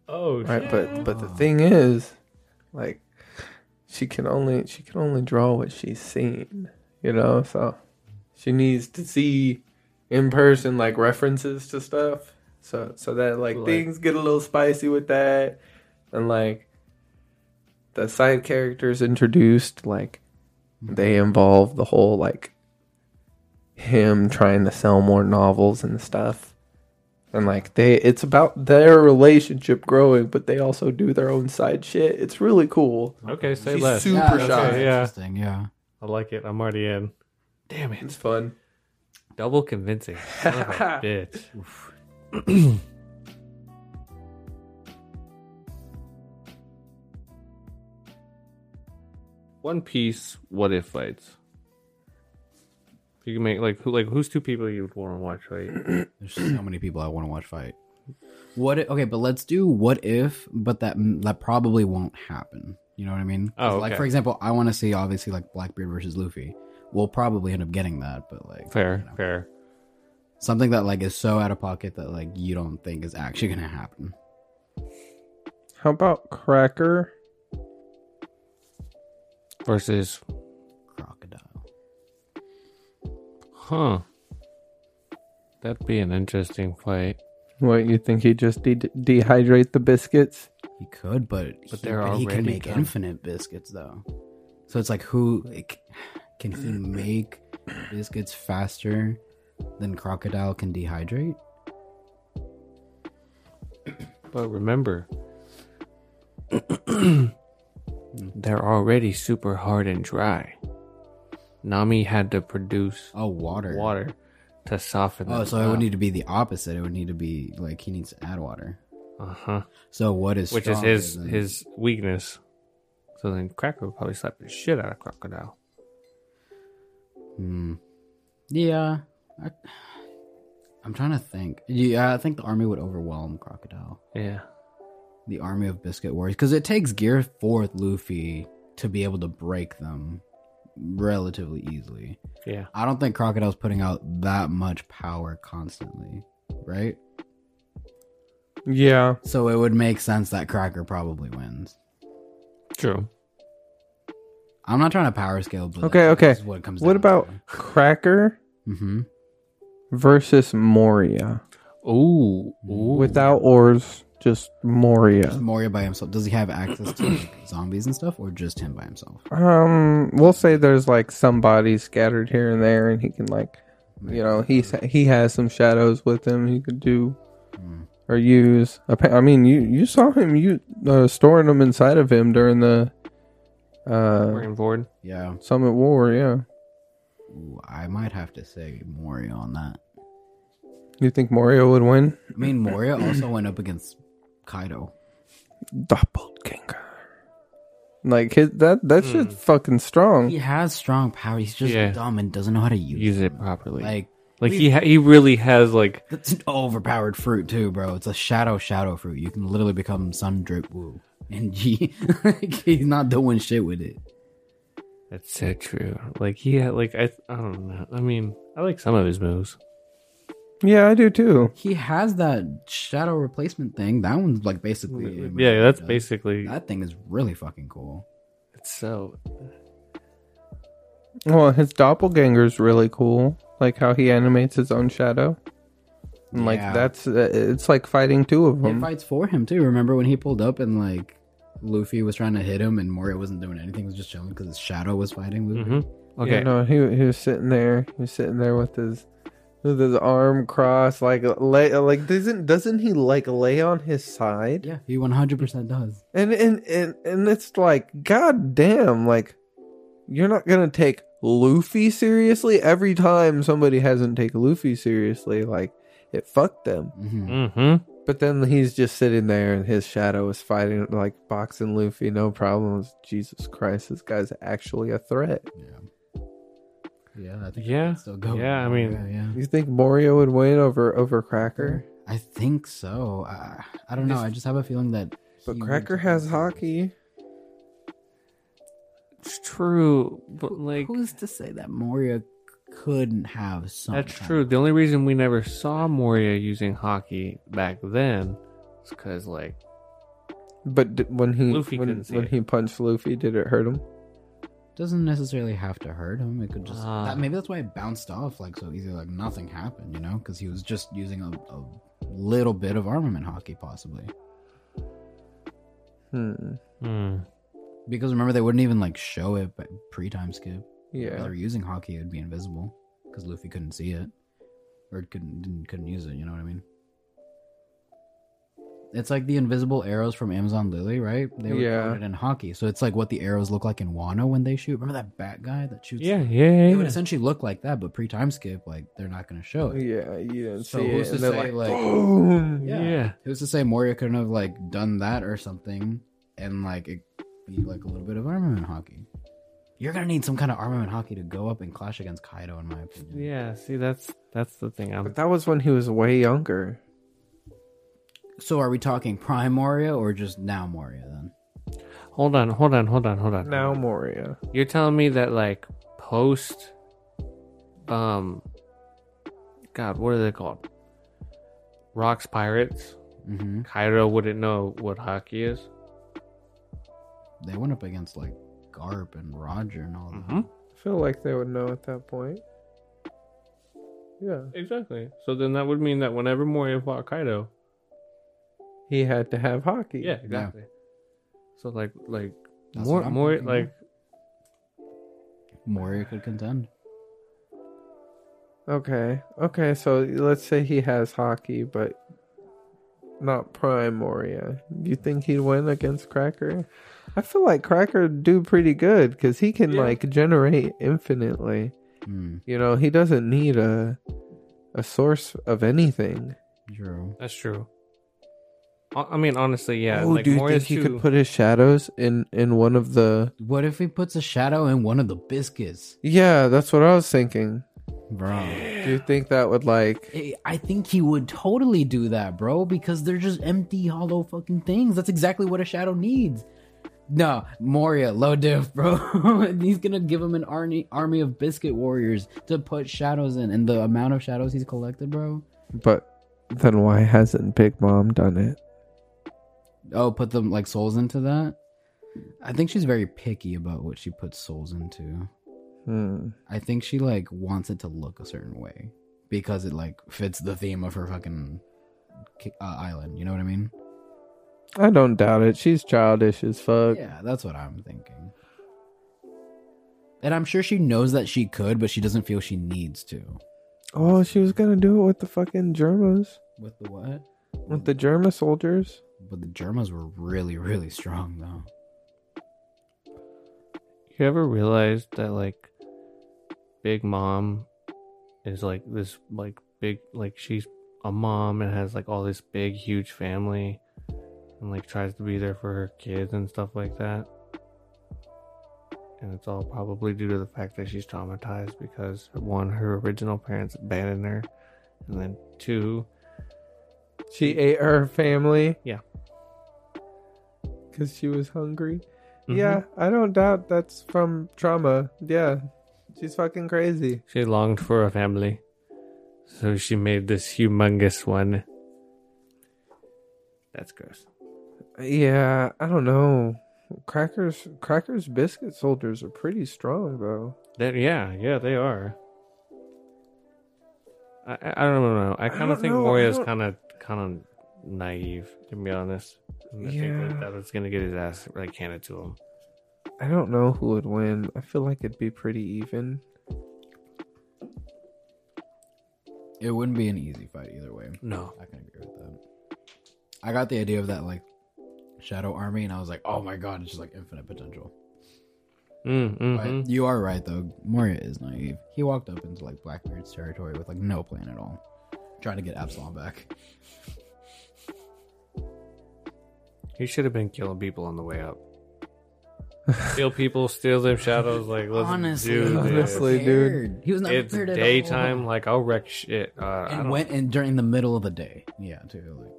[SPEAKER 2] Oh
[SPEAKER 1] Right. But but the thing is, like, she can only she can only draw what she's seen. You know, so she needs to see in person like references to stuff. So so that like
[SPEAKER 2] Like-
[SPEAKER 1] things get a little spicy with that, and like the side characters introduced, like
[SPEAKER 2] Mm-hmm.
[SPEAKER 1] they involve the whole like him trying to sell more novels and stuff. And like they it's about their relationship growing, but they also do their own side shit. It's really cool.
[SPEAKER 2] Okay, say
[SPEAKER 1] She's
[SPEAKER 2] less.
[SPEAKER 1] super
[SPEAKER 3] that's
[SPEAKER 1] shy.
[SPEAKER 3] really
[SPEAKER 2] Yeah.
[SPEAKER 3] Interesting. Yeah.
[SPEAKER 2] I like it. I'm already in. Damn it.
[SPEAKER 1] It's fun.
[SPEAKER 2] Double convincing. Son of a bitch. One Piece what if fights. You can make like who like who's two people you would want to watch fight?
[SPEAKER 3] There's so many people I want to watch fight. What? If, okay, but let's do what if, but that mm, that probably won't happen. You know what I mean? 'Cause,
[SPEAKER 2] Oh,
[SPEAKER 3] like
[SPEAKER 2] okay.
[SPEAKER 3] for example, I want to see obviously like Blackbeard versus Luffy. We'll probably end up getting that, but like
[SPEAKER 2] Fair, fair.
[SPEAKER 3] something that like is so out of pocket that like you don't think is actually gonna happen.
[SPEAKER 1] How about Cracker?
[SPEAKER 2] Versus,
[SPEAKER 3] Crocodile.
[SPEAKER 2] huh? That'd be an interesting fight.
[SPEAKER 1] What you think he just de- dehydrate the biscuits?
[SPEAKER 3] He could, but he,
[SPEAKER 2] they're
[SPEAKER 3] but he can
[SPEAKER 2] already
[SPEAKER 3] make
[SPEAKER 2] done.
[SPEAKER 3] infinite biscuits though. So it's like who like can he make biscuits faster than crocodile can dehydrate?
[SPEAKER 2] But remember, they're already super hard and dry. Nami had to produce
[SPEAKER 3] Oh, water.
[SPEAKER 2] water to soften them.
[SPEAKER 3] Oh, so it would need to be the opposite. It would need to be like he needs to add water.
[SPEAKER 2] Uh huh.
[SPEAKER 3] So what is
[SPEAKER 2] Which is
[SPEAKER 3] stronger
[SPEAKER 2] his
[SPEAKER 3] than-
[SPEAKER 2] his weakness. So then Cracker would probably slap the shit out of Crocodile.
[SPEAKER 3] Hmm. Yeah, I, I'm trying to think. Yeah, I think the army would overwhelm crocodile.
[SPEAKER 2] Yeah.
[SPEAKER 3] The army of biscuit warriors because it takes Gear Fourth Luffy to be able to break them relatively easily.
[SPEAKER 2] Yeah.
[SPEAKER 3] I don't think crocodile's putting out that much power constantly, right?
[SPEAKER 1] Yeah.
[SPEAKER 3] So it would make sense that Cracker probably wins.
[SPEAKER 2] True.
[SPEAKER 3] I'm not trying to power scale, but
[SPEAKER 1] Okay,
[SPEAKER 3] like,
[SPEAKER 1] okay.
[SPEAKER 3] this is what it comes.
[SPEAKER 1] What about Cracker
[SPEAKER 2] Mm-hmm.
[SPEAKER 3] hmm
[SPEAKER 1] versus Moria?
[SPEAKER 2] Ooh.
[SPEAKER 1] Without oars, just
[SPEAKER 3] Just
[SPEAKER 1] Moria.
[SPEAKER 3] Moria by himself. Does he have access to like, zombies and stuff, or just him by himself?
[SPEAKER 1] Um, we'll say there's like some bodies scattered here and there, and he can like, you know, he's he has some shadows with him. He could do or use. Appa- I mean, you you saw him you uh, storing them inside of him during the uh
[SPEAKER 2] Marine Ford.
[SPEAKER 3] Yeah,
[SPEAKER 1] summit war. Yeah,
[SPEAKER 3] Ooh, I might have to say Moria on that.
[SPEAKER 1] you think Moria would win?
[SPEAKER 3] I mean, Moria also went up against Kaido.
[SPEAKER 1] Doppelganger. Like his, that that shit's fucking strong.
[SPEAKER 3] He has strong power. He's just
[SPEAKER 2] Yeah.
[SPEAKER 3] dumb and doesn't know how to use,
[SPEAKER 2] Use it properly. Like,
[SPEAKER 3] Like
[SPEAKER 2] he ha- he really has like
[SPEAKER 3] that's an overpowered fruit too, bro. It's a shadow shadow fruit. You can literally become Sun Drip Woo, and he, like, he's not doing shit with it.
[SPEAKER 2] that's so true. Like he had like I I don't know. I mean I like some of his moves.
[SPEAKER 1] Yeah, I do too.
[SPEAKER 3] He has that shadow replacement thing. That one's like basically
[SPEAKER 2] Yeah, that's basically
[SPEAKER 3] That thing is really fucking cool.
[SPEAKER 2] it's so
[SPEAKER 1] Well, his doppelganger's really cool. Like how he animates his own shadow. And like
[SPEAKER 3] Yeah.
[SPEAKER 1] that's uh, it's like fighting two of
[SPEAKER 3] It
[SPEAKER 2] Mm-hmm.
[SPEAKER 1] them.
[SPEAKER 3] fights for him too. Remember when he pulled up and like Luffy was trying to hit him and Moria wasn't doing anything, was just chilling because his shadow was fighting Luffy.
[SPEAKER 2] Mhm. okay.
[SPEAKER 1] Yeah, no, he he was sitting there. He was sitting there with his with his arm crossed, like lay, like doesn't doesn't he like lay on his
[SPEAKER 2] Mm-hmm.
[SPEAKER 1] side?
[SPEAKER 3] Yeah, he one hundred percent does.
[SPEAKER 1] And and and and it's like god damn, like you're not gonna take Luffy seriously every time somebody hasn't taken Luffy seriously. Like it fucked them.
[SPEAKER 3] hmm
[SPEAKER 2] Mm-hmm.
[SPEAKER 1] But then he's just sitting there and his shadow is fighting like boxing Luffy, no problems. Jesus Christ, this guy's actually a threat.
[SPEAKER 3] Yeah, yeah, I think
[SPEAKER 2] Yeah.
[SPEAKER 3] yeah, still go.
[SPEAKER 2] Mm-hmm.
[SPEAKER 3] Oh,
[SPEAKER 2] Yeah, I mean-
[SPEAKER 3] yeah, yeah.
[SPEAKER 1] You think Moria would win over over Cracker?
[SPEAKER 3] I think so. I, I don't know. I just have a feeling that.
[SPEAKER 1] But
[SPEAKER 3] he would-
[SPEAKER 1] Cracker has hockey.
[SPEAKER 2] It's true, but like
[SPEAKER 3] Who's to say that Moria couldn't have something?
[SPEAKER 2] that's true. The only reason we never saw Moria using hockey back then is because like
[SPEAKER 1] But d- when he
[SPEAKER 2] Luffy
[SPEAKER 1] when,
[SPEAKER 2] couldn't see
[SPEAKER 1] when
[SPEAKER 2] it.
[SPEAKER 1] he punched Luffy, did it hurt him?
[SPEAKER 3] Doesn't necessarily have to hurt him. It could just
[SPEAKER 2] Ah.
[SPEAKER 1] Uh.
[SPEAKER 3] that, maybe that's why it bounced off like so easy, like nothing happened, you know, because he was just using a, a little bit of armament hockey, possibly.
[SPEAKER 1] Hmm.
[SPEAKER 2] Hmm.
[SPEAKER 3] Because remember, they wouldn't even like show it pre time skip. If they
[SPEAKER 1] Yeah.
[SPEAKER 3] were using hockey, it would be invisible because Luffy couldn't see it or couldn't didn't, couldn't use it. You know what I mean? It's like the invisible arrows from Amazon Lily, right? They were
[SPEAKER 1] Yeah.
[SPEAKER 3] coated in hockey, so it's like what the arrows look like in Wano when they shoot. Remember that bat guy that shoots?
[SPEAKER 2] Yeah, yeah, yeah.
[SPEAKER 3] It would
[SPEAKER 2] yeah.
[SPEAKER 3] essentially look like that, but pre time skip, like they're not going to show it.
[SPEAKER 1] Yeah. You don't
[SPEAKER 3] So
[SPEAKER 1] see
[SPEAKER 3] who's
[SPEAKER 1] it.
[SPEAKER 3] to
[SPEAKER 1] And they're
[SPEAKER 3] say,
[SPEAKER 1] like,
[SPEAKER 3] like-
[SPEAKER 1] boom.
[SPEAKER 3] Yeah.
[SPEAKER 2] Yeah.
[SPEAKER 3] Who's to say Moria couldn't have like done that or something, and like it be like a little bit of armament hockey? You're gonna need some kind of armament hockey to go up and clash against Kaido, in my opinion.
[SPEAKER 2] Yeah, see that's that's the thing. I'm
[SPEAKER 1] But that was when he was way younger.
[SPEAKER 3] So are we talking Prime Moria or just now Moria then?
[SPEAKER 2] Hold on, hold on, hold on, hold on.
[SPEAKER 1] Now Moria.
[SPEAKER 2] You're telling me that like post um God, what are they called? Rocks Pirates.
[SPEAKER 3] Mm-hmm.
[SPEAKER 2] Kaido wouldn't know what hockey is.
[SPEAKER 3] They went up against like Garp and Roger and all that.
[SPEAKER 2] Mhm.
[SPEAKER 1] I feel like they would know at that point. Yeah.
[SPEAKER 2] Exactly. So then that would mean that whenever Moria fought Kaido,
[SPEAKER 1] He had to have hockey.
[SPEAKER 2] yeah, exactly. So like like
[SPEAKER 3] That's
[SPEAKER 2] more
[SPEAKER 3] what I'm
[SPEAKER 2] more
[SPEAKER 3] thinking,
[SPEAKER 2] like
[SPEAKER 3] Moria could contend.
[SPEAKER 1] Okay. Okay. So let's say he has hockey, but not prime Moria. Do you think he'd win against Cracker? I feel like Cracker would do pretty good because he can
[SPEAKER 2] Yeah.
[SPEAKER 1] like generate infinitely.
[SPEAKER 3] Hmm.
[SPEAKER 1] You know, he doesn't need a a source of anything.
[SPEAKER 3] True.
[SPEAKER 2] that's true. I I mean, honestly, yeah.
[SPEAKER 1] oh,
[SPEAKER 2] like,
[SPEAKER 1] do you
[SPEAKER 2] Moria
[SPEAKER 1] think he
[SPEAKER 2] too-
[SPEAKER 1] could put his shadows in in one of the?
[SPEAKER 3] What if he puts a shadow in one of the biscuits,
[SPEAKER 1] Yeah, that's what I was thinking.
[SPEAKER 3] bro?
[SPEAKER 1] Do you think that would like?
[SPEAKER 3] I- I think he would totally do that, bro, because they're just empty, hollow fucking things. That's exactly what a shadow needs. No, Moria, low diff, bro. he's gonna give him an army army of biscuit warriors to put shadows in, and the amount of shadows he's collected, bro.
[SPEAKER 1] But then why hasn't Big Mom done it?
[SPEAKER 3] Oh, put them like souls into that. I think she's very picky about what she puts souls into.
[SPEAKER 1] Hmm.
[SPEAKER 3] I think she like wants it to look a certain way because it like fits the theme of her fucking ki- uh, island. You know what I mean?
[SPEAKER 1] I don't doubt it. She's childish as fuck.
[SPEAKER 3] Yeah, that's what I'm thinking. And I'm sure she knows that she could, but she doesn't feel she needs to.
[SPEAKER 1] Oh, she was gonna do it with the fucking Germas,
[SPEAKER 3] With the what?
[SPEAKER 1] with the Germa soldiers.
[SPEAKER 3] But the Germas were really, really strong though.
[SPEAKER 2] You ever realized that like Big Mom is like this like big like she's a mom and has like all this big huge family and like tries to be there for her kids and stuff like that. And it's all probably due to the fact that she's traumatized because one, her original parents abandoned her, and then two,
[SPEAKER 1] She ate her family.
[SPEAKER 2] Yeah.
[SPEAKER 1] Cause she was hungry.
[SPEAKER 2] Mhm.
[SPEAKER 1] Yeah, I don't doubt that's from trauma. Yeah, she's fucking crazy.
[SPEAKER 2] she longed for a family, so she made this humongous one. That's gross.
[SPEAKER 1] Yeah, I don't know. Crackers, crackers, biscuit soldiers are pretty strong though.
[SPEAKER 2] That yeah, yeah, they are. I I I don't know. I kind
[SPEAKER 1] don't
[SPEAKER 2] of think
[SPEAKER 1] know, I
[SPEAKER 2] Moria's
[SPEAKER 1] don't-
[SPEAKER 2] kind of kind of naive, to be honest. And I think like
[SPEAKER 1] Yeah.
[SPEAKER 2] that it's gonna get his ass like handed to him.
[SPEAKER 1] I don't know who would win. I feel like it'd be pretty even.
[SPEAKER 3] It wouldn't be an easy fight either way.
[SPEAKER 2] No.
[SPEAKER 3] I can agree with that. I got the idea of that like shadow army, and I was like, oh my god, it's just like infinite potential.
[SPEAKER 2] Mm,
[SPEAKER 3] But
[SPEAKER 1] Mm-hmm.
[SPEAKER 2] mm
[SPEAKER 3] you are right though. Moria is naive. He walked up into like Blackbeard's territory with like no plan at all, trying to get Absalom back.
[SPEAKER 2] He should have been killing people on the way up. Steal people, steal them shadows. Like let's do this.
[SPEAKER 1] Honestly, dude.
[SPEAKER 3] He was not
[SPEAKER 2] it's
[SPEAKER 3] prepared at
[SPEAKER 2] daytime.
[SPEAKER 3] all.
[SPEAKER 2] Like I'll wreck shit. Uh, I
[SPEAKER 3] And
[SPEAKER 2] don't-
[SPEAKER 3] went and during the middle of the day. Yeah, too. Like,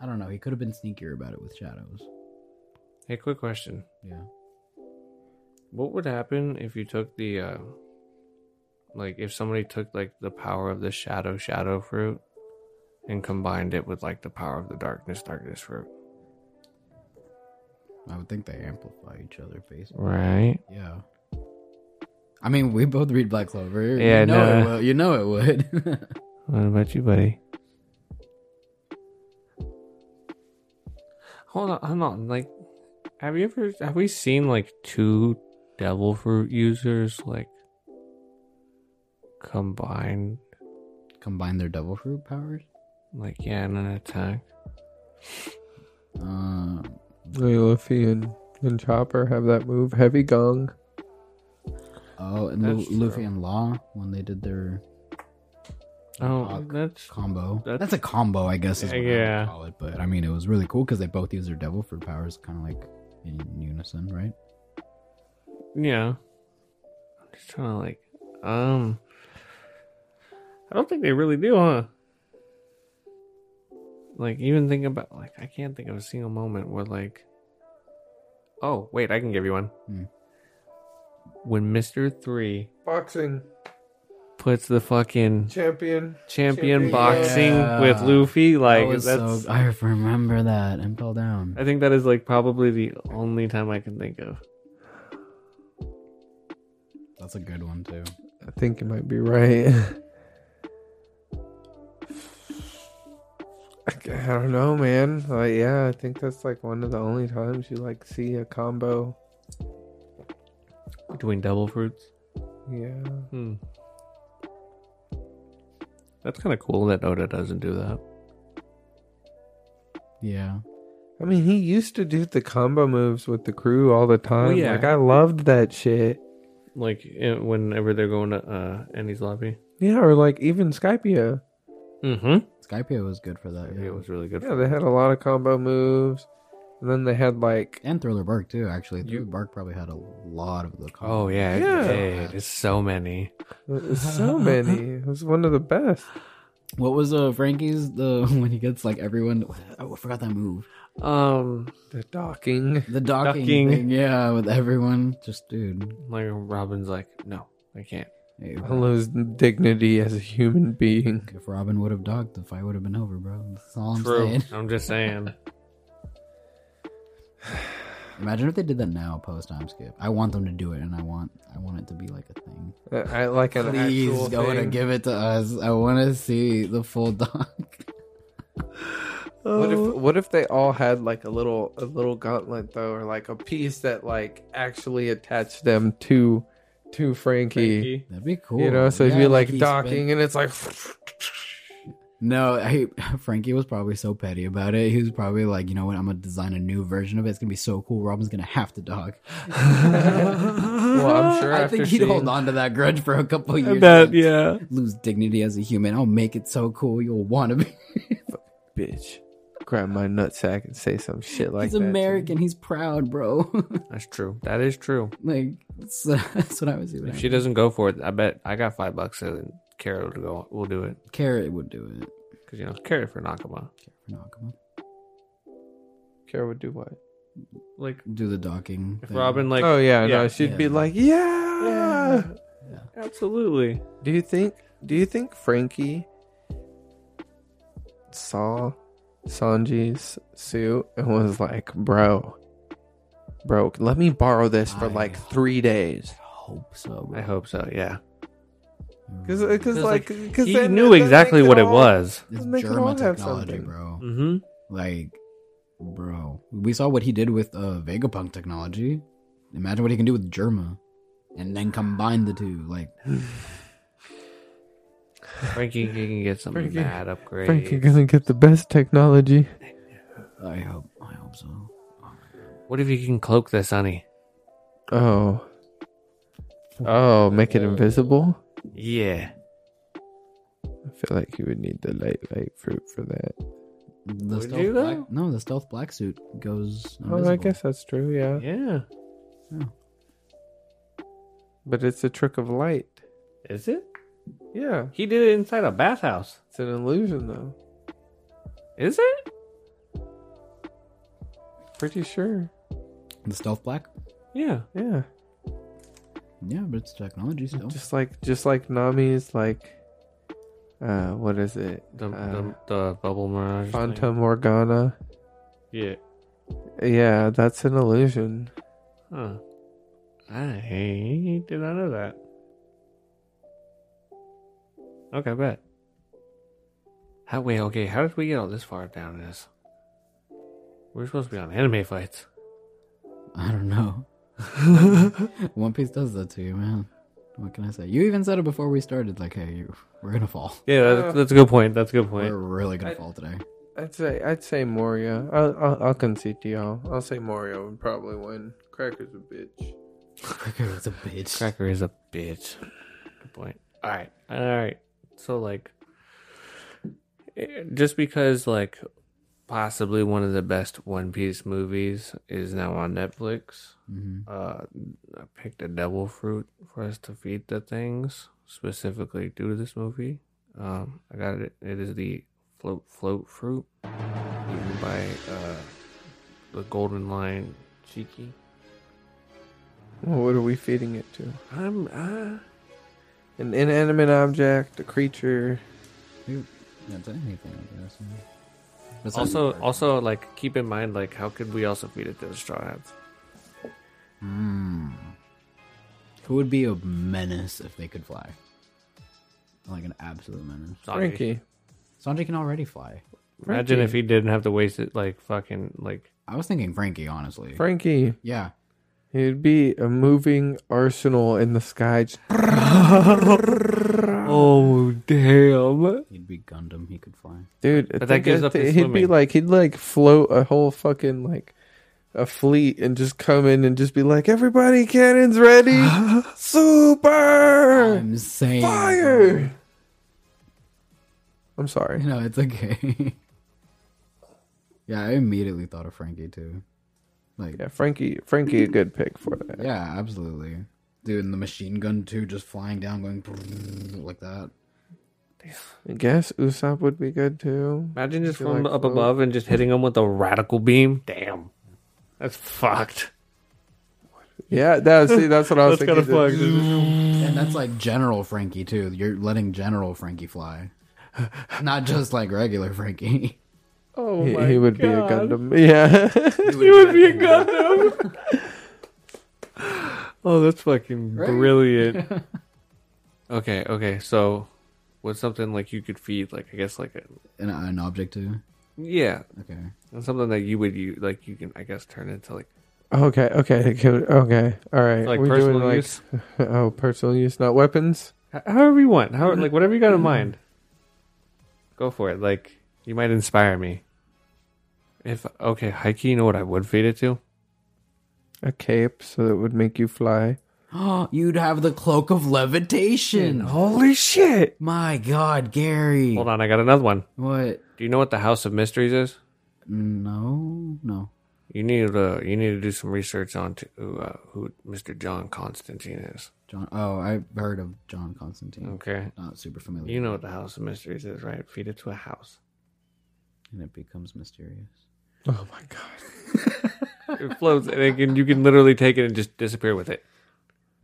[SPEAKER 3] I don't know. He could have been sneakier about it with shadows.
[SPEAKER 2] hey, quick question.
[SPEAKER 3] Yeah.
[SPEAKER 2] What would happen if you took the, uh, like, if somebody took like the power of the shadow shadow fruit, and combined it with like the power of the darkness darkness fruit?
[SPEAKER 3] I would think they amplify each other, basically.
[SPEAKER 2] Right.
[SPEAKER 3] Yeah. I mean, we both read Black Clover.
[SPEAKER 2] Yeah,
[SPEAKER 3] you know
[SPEAKER 2] no.
[SPEAKER 3] it will. You know it would.
[SPEAKER 2] What about you, buddy? Hold on, hold on. Like, have you ever have we seen like two devil fruit users like combined
[SPEAKER 3] Combine their devil fruit powers.
[SPEAKER 2] like yeah in an attack?
[SPEAKER 3] Uh,
[SPEAKER 1] Luffy and, and Chopper have that move, Heavy Gong.
[SPEAKER 3] oh, and
[SPEAKER 2] That's
[SPEAKER 3] Lu- Luffy
[SPEAKER 2] true.
[SPEAKER 3] and Law when they did their
[SPEAKER 2] Oh,
[SPEAKER 3] Fuck.
[SPEAKER 2] that's
[SPEAKER 3] combo.
[SPEAKER 2] That's-
[SPEAKER 3] That's, a combo, I guess. Is what I
[SPEAKER 2] Yeah.
[SPEAKER 3] would call it. But I mean, it was really cool because they both used their devil fruit powers, kind of like in unison, right?
[SPEAKER 2] yeah. I'm just trying to like um. I don't think they really do, huh? Like even think about like I can't think of a single moment where like. Oh wait, I can give you one.
[SPEAKER 3] Hmm.
[SPEAKER 2] When Mister Three
[SPEAKER 1] Boxing
[SPEAKER 2] puts the fucking
[SPEAKER 1] champion.
[SPEAKER 2] champion
[SPEAKER 1] Champion.
[SPEAKER 2] boxing
[SPEAKER 3] Yeah.
[SPEAKER 2] with Luffy.
[SPEAKER 3] That
[SPEAKER 2] Like
[SPEAKER 3] was
[SPEAKER 2] that's
[SPEAKER 3] so- I remember that and fell down.
[SPEAKER 2] I think that is like probably the only time I can think of.
[SPEAKER 3] That's a good one too.
[SPEAKER 1] I think you might be right. I g- I don't know, man. Like, yeah, I think that's like one of the only times you like see a combo.
[SPEAKER 2] Doing double fruits.
[SPEAKER 1] Yeah,
[SPEAKER 2] Hmm. That's kind of cool that Oda doesn't do that.
[SPEAKER 3] Yeah.
[SPEAKER 1] I mean, he used to do the combo moves with the crew all the time.
[SPEAKER 2] yeah.
[SPEAKER 1] Like, I loved that shit.
[SPEAKER 2] Like eh, whenever they're going to uh Andy's lobby.
[SPEAKER 1] Yeah, or like even Skypia.
[SPEAKER 2] Mm-hmm.
[SPEAKER 3] Skypea was good for that. Yeah.
[SPEAKER 2] It was really good.
[SPEAKER 1] Yeah, they had a lot of combo moves, and then they had like
[SPEAKER 3] And Thriller Bark too, actually.
[SPEAKER 2] You-
[SPEAKER 3] Thriller Bark probably had a lot of the
[SPEAKER 2] Oh yeah,
[SPEAKER 1] Yeah.
[SPEAKER 2] It, it's so many.
[SPEAKER 1] so many. It was one of the best.
[SPEAKER 3] What was uh Frankie's the when he gets like everyone oh, I forgot that move.
[SPEAKER 2] Um,
[SPEAKER 1] The docking.
[SPEAKER 3] The docking,
[SPEAKER 2] Docking.
[SPEAKER 3] thing, yeah, with everyone. Just dude.
[SPEAKER 2] like Robin's like, no, I can't.
[SPEAKER 3] Hey,
[SPEAKER 1] I lose dignity as a human being.
[SPEAKER 3] if Robin would have docked, the fight would have been over, bro. That's all I'm
[SPEAKER 2] True.
[SPEAKER 3] saying.
[SPEAKER 2] I'm just saying.
[SPEAKER 3] Imagine if they did that now post time skip. I want them to do it and I want I want it to be like a thing.
[SPEAKER 1] I- I like an
[SPEAKER 3] Please
[SPEAKER 1] actual
[SPEAKER 3] go in
[SPEAKER 1] thing.
[SPEAKER 3] and give it to us. I wanna see the full dock.
[SPEAKER 1] What if
[SPEAKER 3] Oh.
[SPEAKER 1] what if they all had like a little a little gauntlet though, or like a piece that like actually attached them to to Frankie.
[SPEAKER 3] That'd be cool.
[SPEAKER 1] You know, so
[SPEAKER 3] Yeah,
[SPEAKER 1] it'd be like,
[SPEAKER 3] he spent-
[SPEAKER 1] docking, and it's like
[SPEAKER 3] No, I, Frankie was probably so petty about it. He was probably like, you know what? I'm gonna design a new version of it. It's gonna be so cool. Robin's gonna have to dog.
[SPEAKER 1] Well, I'm sure
[SPEAKER 3] I
[SPEAKER 1] after
[SPEAKER 3] think he'd
[SPEAKER 1] seeing-
[SPEAKER 3] hold on to that grudge for a couple years.
[SPEAKER 2] That
[SPEAKER 3] and
[SPEAKER 2] yeah.
[SPEAKER 3] Lose dignity as a human. I'll make it so cool. You'll want to be.
[SPEAKER 1] bitch. Grab my nutsack and say some shit like
[SPEAKER 3] he's
[SPEAKER 1] that. to me.
[SPEAKER 3] American. He's proud, bro.
[SPEAKER 2] That's true. That is true.
[SPEAKER 3] like that's, that's what I was doing.
[SPEAKER 2] If she doesn't go for it, I bet I got five bucks and Carrot will go. We'll do it
[SPEAKER 3] Carrot would do it.
[SPEAKER 2] because you know Carrot for Nakama.
[SPEAKER 3] For Nakama.
[SPEAKER 1] Kara would do what?
[SPEAKER 2] Like
[SPEAKER 3] Do the docking.
[SPEAKER 2] if
[SPEAKER 3] thing.
[SPEAKER 2] Robin, like
[SPEAKER 1] oh yeah, no,
[SPEAKER 2] yeah.
[SPEAKER 1] she'd be
[SPEAKER 3] Yeah.
[SPEAKER 1] like, yeah.
[SPEAKER 2] absolutely.
[SPEAKER 1] Do you think? Do you think Frankie saw Sanji's suit and was like, "Bro, bro, let me borrow this for
[SPEAKER 3] I
[SPEAKER 1] like
[SPEAKER 3] hope-
[SPEAKER 1] three days"?
[SPEAKER 3] hope so.
[SPEAKER 2] I hope so. Yeah,
[SPEAKER 1] Because,
[SPEAKER 3] Bro.
[SPEAKER 1] because, like,
[SPEAKER 2] like,
[SPEAKER 1] because
[SPEAKER 2] he knew exactly what it was.
[SPEAKER 3] it's
[SPEAKER 1] they could all
[SPEAKER 3] German
[SPEAKER 1] have
[SPEAKER 3] technology,
[SPEAKER 1] something.
[SPEAKER 3] bro.
[SPEAKER 2] Mm-hmm.
[SPEAKER 3] Like, bro, we saw what he did with uh, Vegapunk technology. Imagine what he can do with Germa, and then combine the two. Like,
[SPEAKER 2] Frankie he can get some
[SPEAKER 1] Frankie-
[SPEAKER 2] mad upgrade.
[SPEAKER 1] Frankie gonna get the best technology.
[SPEAKER 3] I hope, I hope so.
[SPEAKER 2] What if you can cloak the Sunny?
[SPEAKER 1] Oh, oh, make it invisible.
[SPEAKER 2] Yeah,
[SPEAKER 1] I feel like you would need the light, light fruit for that.
[SPEAKER 3] The
[SPEAKER 2] Would
[SPEAKER 3] stealth
[SPEAKER 2] you,
[SPEAKER 3] black,
[SPEAKER 2] though?
[SPEAKER 3] no, the stealth black suit goes.
[SPEAKER 1] Oh, I
[SPEAKER 3] invisible.
[SPEAKER 1] guess that's true. Yeah,
[SPEAKER 2] yeah.
[SPEAKER 1] but it's a trick of light.
[SPEAKER 2] Is it?
[SPEAKER 1] Yeah,
[SPEAKER 2] He did it inside a bathhouse.
[SPEAKER 1] it's an illusion though.
[SPEAKER 2] Is it?
[SPEAKER 1] Pretty sure.
[SPEAKER 3] the stealth black.
[SPEAKER 2] Yeah.
[SPEAKER 1] Yeah.
[SPEAKER 3] Yeah, but it's technology still.
[SPEAKER 1] just like just like Nami's like uh what is it
[SPEAKER 2] The
[SPEAKER 1] Uh,
[SPEAKER 2] the, the bubble mirage. thing.
[SPEAKER 1] Fanta Morgana
[SPEAKER 2] Yeah.
[SPEAKER 1] yeah that's an illusion
[SPEAKER 2] Huh. I did not know that. Okay, bet. How wait? Okay, how did we get all this far down this? We're supposed to be on anime fights.
[SPEAKER 3] I don't know. One Piece does that to you, man. What can I say? You even said it before we started. Like, hey, you, we're gonna fall.
[SPEAKER 2] Yeah, that's, that's a good point. That's a good point.
[SPEAKER 3] We're really gonna fall today.
[SPEAKER 1] I'd say I'd say Moria. I'll I'll, I'll concede to y'all. I'll say Moria would probably win. Cracker's a bitch.
[SPEAKER 3] Cracker was a bitch.
[SPEAKER 2] Cracker is a bitch. Good point. All right. All right. So like eh, just because like possibly one of the best One Piece movies is now on Netflix,
[SPEAKER 3] hmm
[SPEAKER 2] uh I picked a devil fruit for us to feed the things specifically due to this movie. Um I got it it is the float float fruit eaten by uh the golden lion Chiki.
[SPEAKER 1] Well, what are we feeding it to?
[SPEAKER 2] I'm uh
[SPEAKER 1] An inanimate object, a creature.
[SPEAKER 3] That's anything, I guess. yeah. Besides
[SPEAKER 2] also
[SPEAKER 3] the bird.
[SPEAKER 2] also like keep in mind like how could we also feed it to the straw hats
[SPEAKER 3] Mm. Who would be a menace if they could fly? Like an absolute menace.
[SPEAKER 2] Zombie.
[SPEAKER 1] Frankie.
[SPEAKER 3] Sanji can already fly.
[SPEAKER 2] imagine if he didn't have to waste it like fucking like
[SPEAKER 3] I was thinking Frankie, honestly.
[SPEAKER 1] Frankie.
[SPEAKER 3] yeah.
[SPEAKER 1] It'd be a moving arsenal in the sky. Just-
[SPEAKER 2] oh damn
[SPEAKER 3] He'd be Gundam. He could fly.
[SPEAKER 1] Dude, I
[SPEAKER 2] But that
[SPEAKER 1] think
[SPEAKER 2] gives
[SPEAKER 1] I
[SPEAKER 2] up
[SPEAKER 1] thi-
[SPEAKER 2] his
[SPEAKER 1] he'd be
[SPEAKER 2] swimming.
[SPEAKER 1] like he'd like float a whole fucking like a fleet and just come in and just be like, everybody, cannons ready, super
[SPEAKER 3] I'm saying.
[SPEAKER 1] fire. I'm sorry.
[SPEAKER 3] No, it's okay. yeah, I immediately thought of Frankie too. Like, yeah.
[SPEAKER 1] Yeah, Frankie, Frankie, a good pick for that.
[SPEAKER 3] absolutely. Dude, and the machine gun too, just flying down, going like that.
[SPEAKER 1] I guess Usopp would be good too.
[SPEAKER 2] imagine just
[SPEAKER 1] Feel
[SPEAKER 2] from
[SPEAKER 1] like
[SPEAKER 2] up
[SPEAKER 1] float.
[SPEAKER 2] above and just hitting him with a radical beam damn that's fucked
[SPEAKER 1] Yeah, that see, that's what I was
[SPEAKER 2] that's kind
[SPEAKER 1] thinking.
[SPEAKER 2] of fucked
[SPEAKER 3] And
[SPEAKER 2] Mm.
[SPEAKER 3] that's like General Frankie too. You're letting General Frankie fly, not just like regular Frankie.
[SPEAKER 2] oh
[SPEAKER 1] He, he would be a
[SPEAKER 2] God.
[SPEAKER 1] Gundam. Yeah,
[SPEAKER 3] He would be a
[SPEAKER 2] oh that's fucking
[SPEAKER 3] Right?
[SPEAKER 2] brilliant okay okay so what's something like you could feed like i guess like a
[SPEAKER 3] an, an object too.
[SPEAKER 2] yeah
[SPEAKER 3] Okay,
[SPEAKER 2] and something that you would you like you can i guess turn into like
[SPEAKER 1] Okay, okay, okay, okay. All right.
[SPEAKER 2] like
[SPEAKER 1] We're
[SPEAKER 2] personal
[SPEAKER 1] doing, like,
[SPEAKER 2] use
[SPEAKER 1] Oh, personal use, not weapons.
[SPEAKER 2] H- however you want how
[SPEAKER 1] Mm-hmm.
[SPEAKER 2] like whatever you got in mind go for it like you might inspire me if okay haiku you know what i would feed it to
[SPEAKER 1] A cape, so that would make you fly.
[SPEAKER 3] you'd have the cloak of levitation.
[SPEAKER 2] holy shit
[SPEAKER 3] My God, Gary.
[SPEAKER 2] Mm. hold on i got another one
[SPEAKER 3] What?
[SPEAKER 2] do you know what the house of mysteries is
[SPEAKER 3] No, no.
[SPEAKER 2] you need to you need to do some research on to, uh, who mr john constantine is
[SPEAKER 3] John. Oh, I've heard of John Constantine.
[SPEAKER 2] okay
[SPEAKER 3] Not super familiar.
[SPEAKER 2] Oh. you know what the house of mysteries is right feed it to a house
[SPEAKER 3] and it becomes mysterious.
[SPEAKER 1] Oh my god.
[SPEAKER 2] it floats and it can, you can literally take it and just disappear with it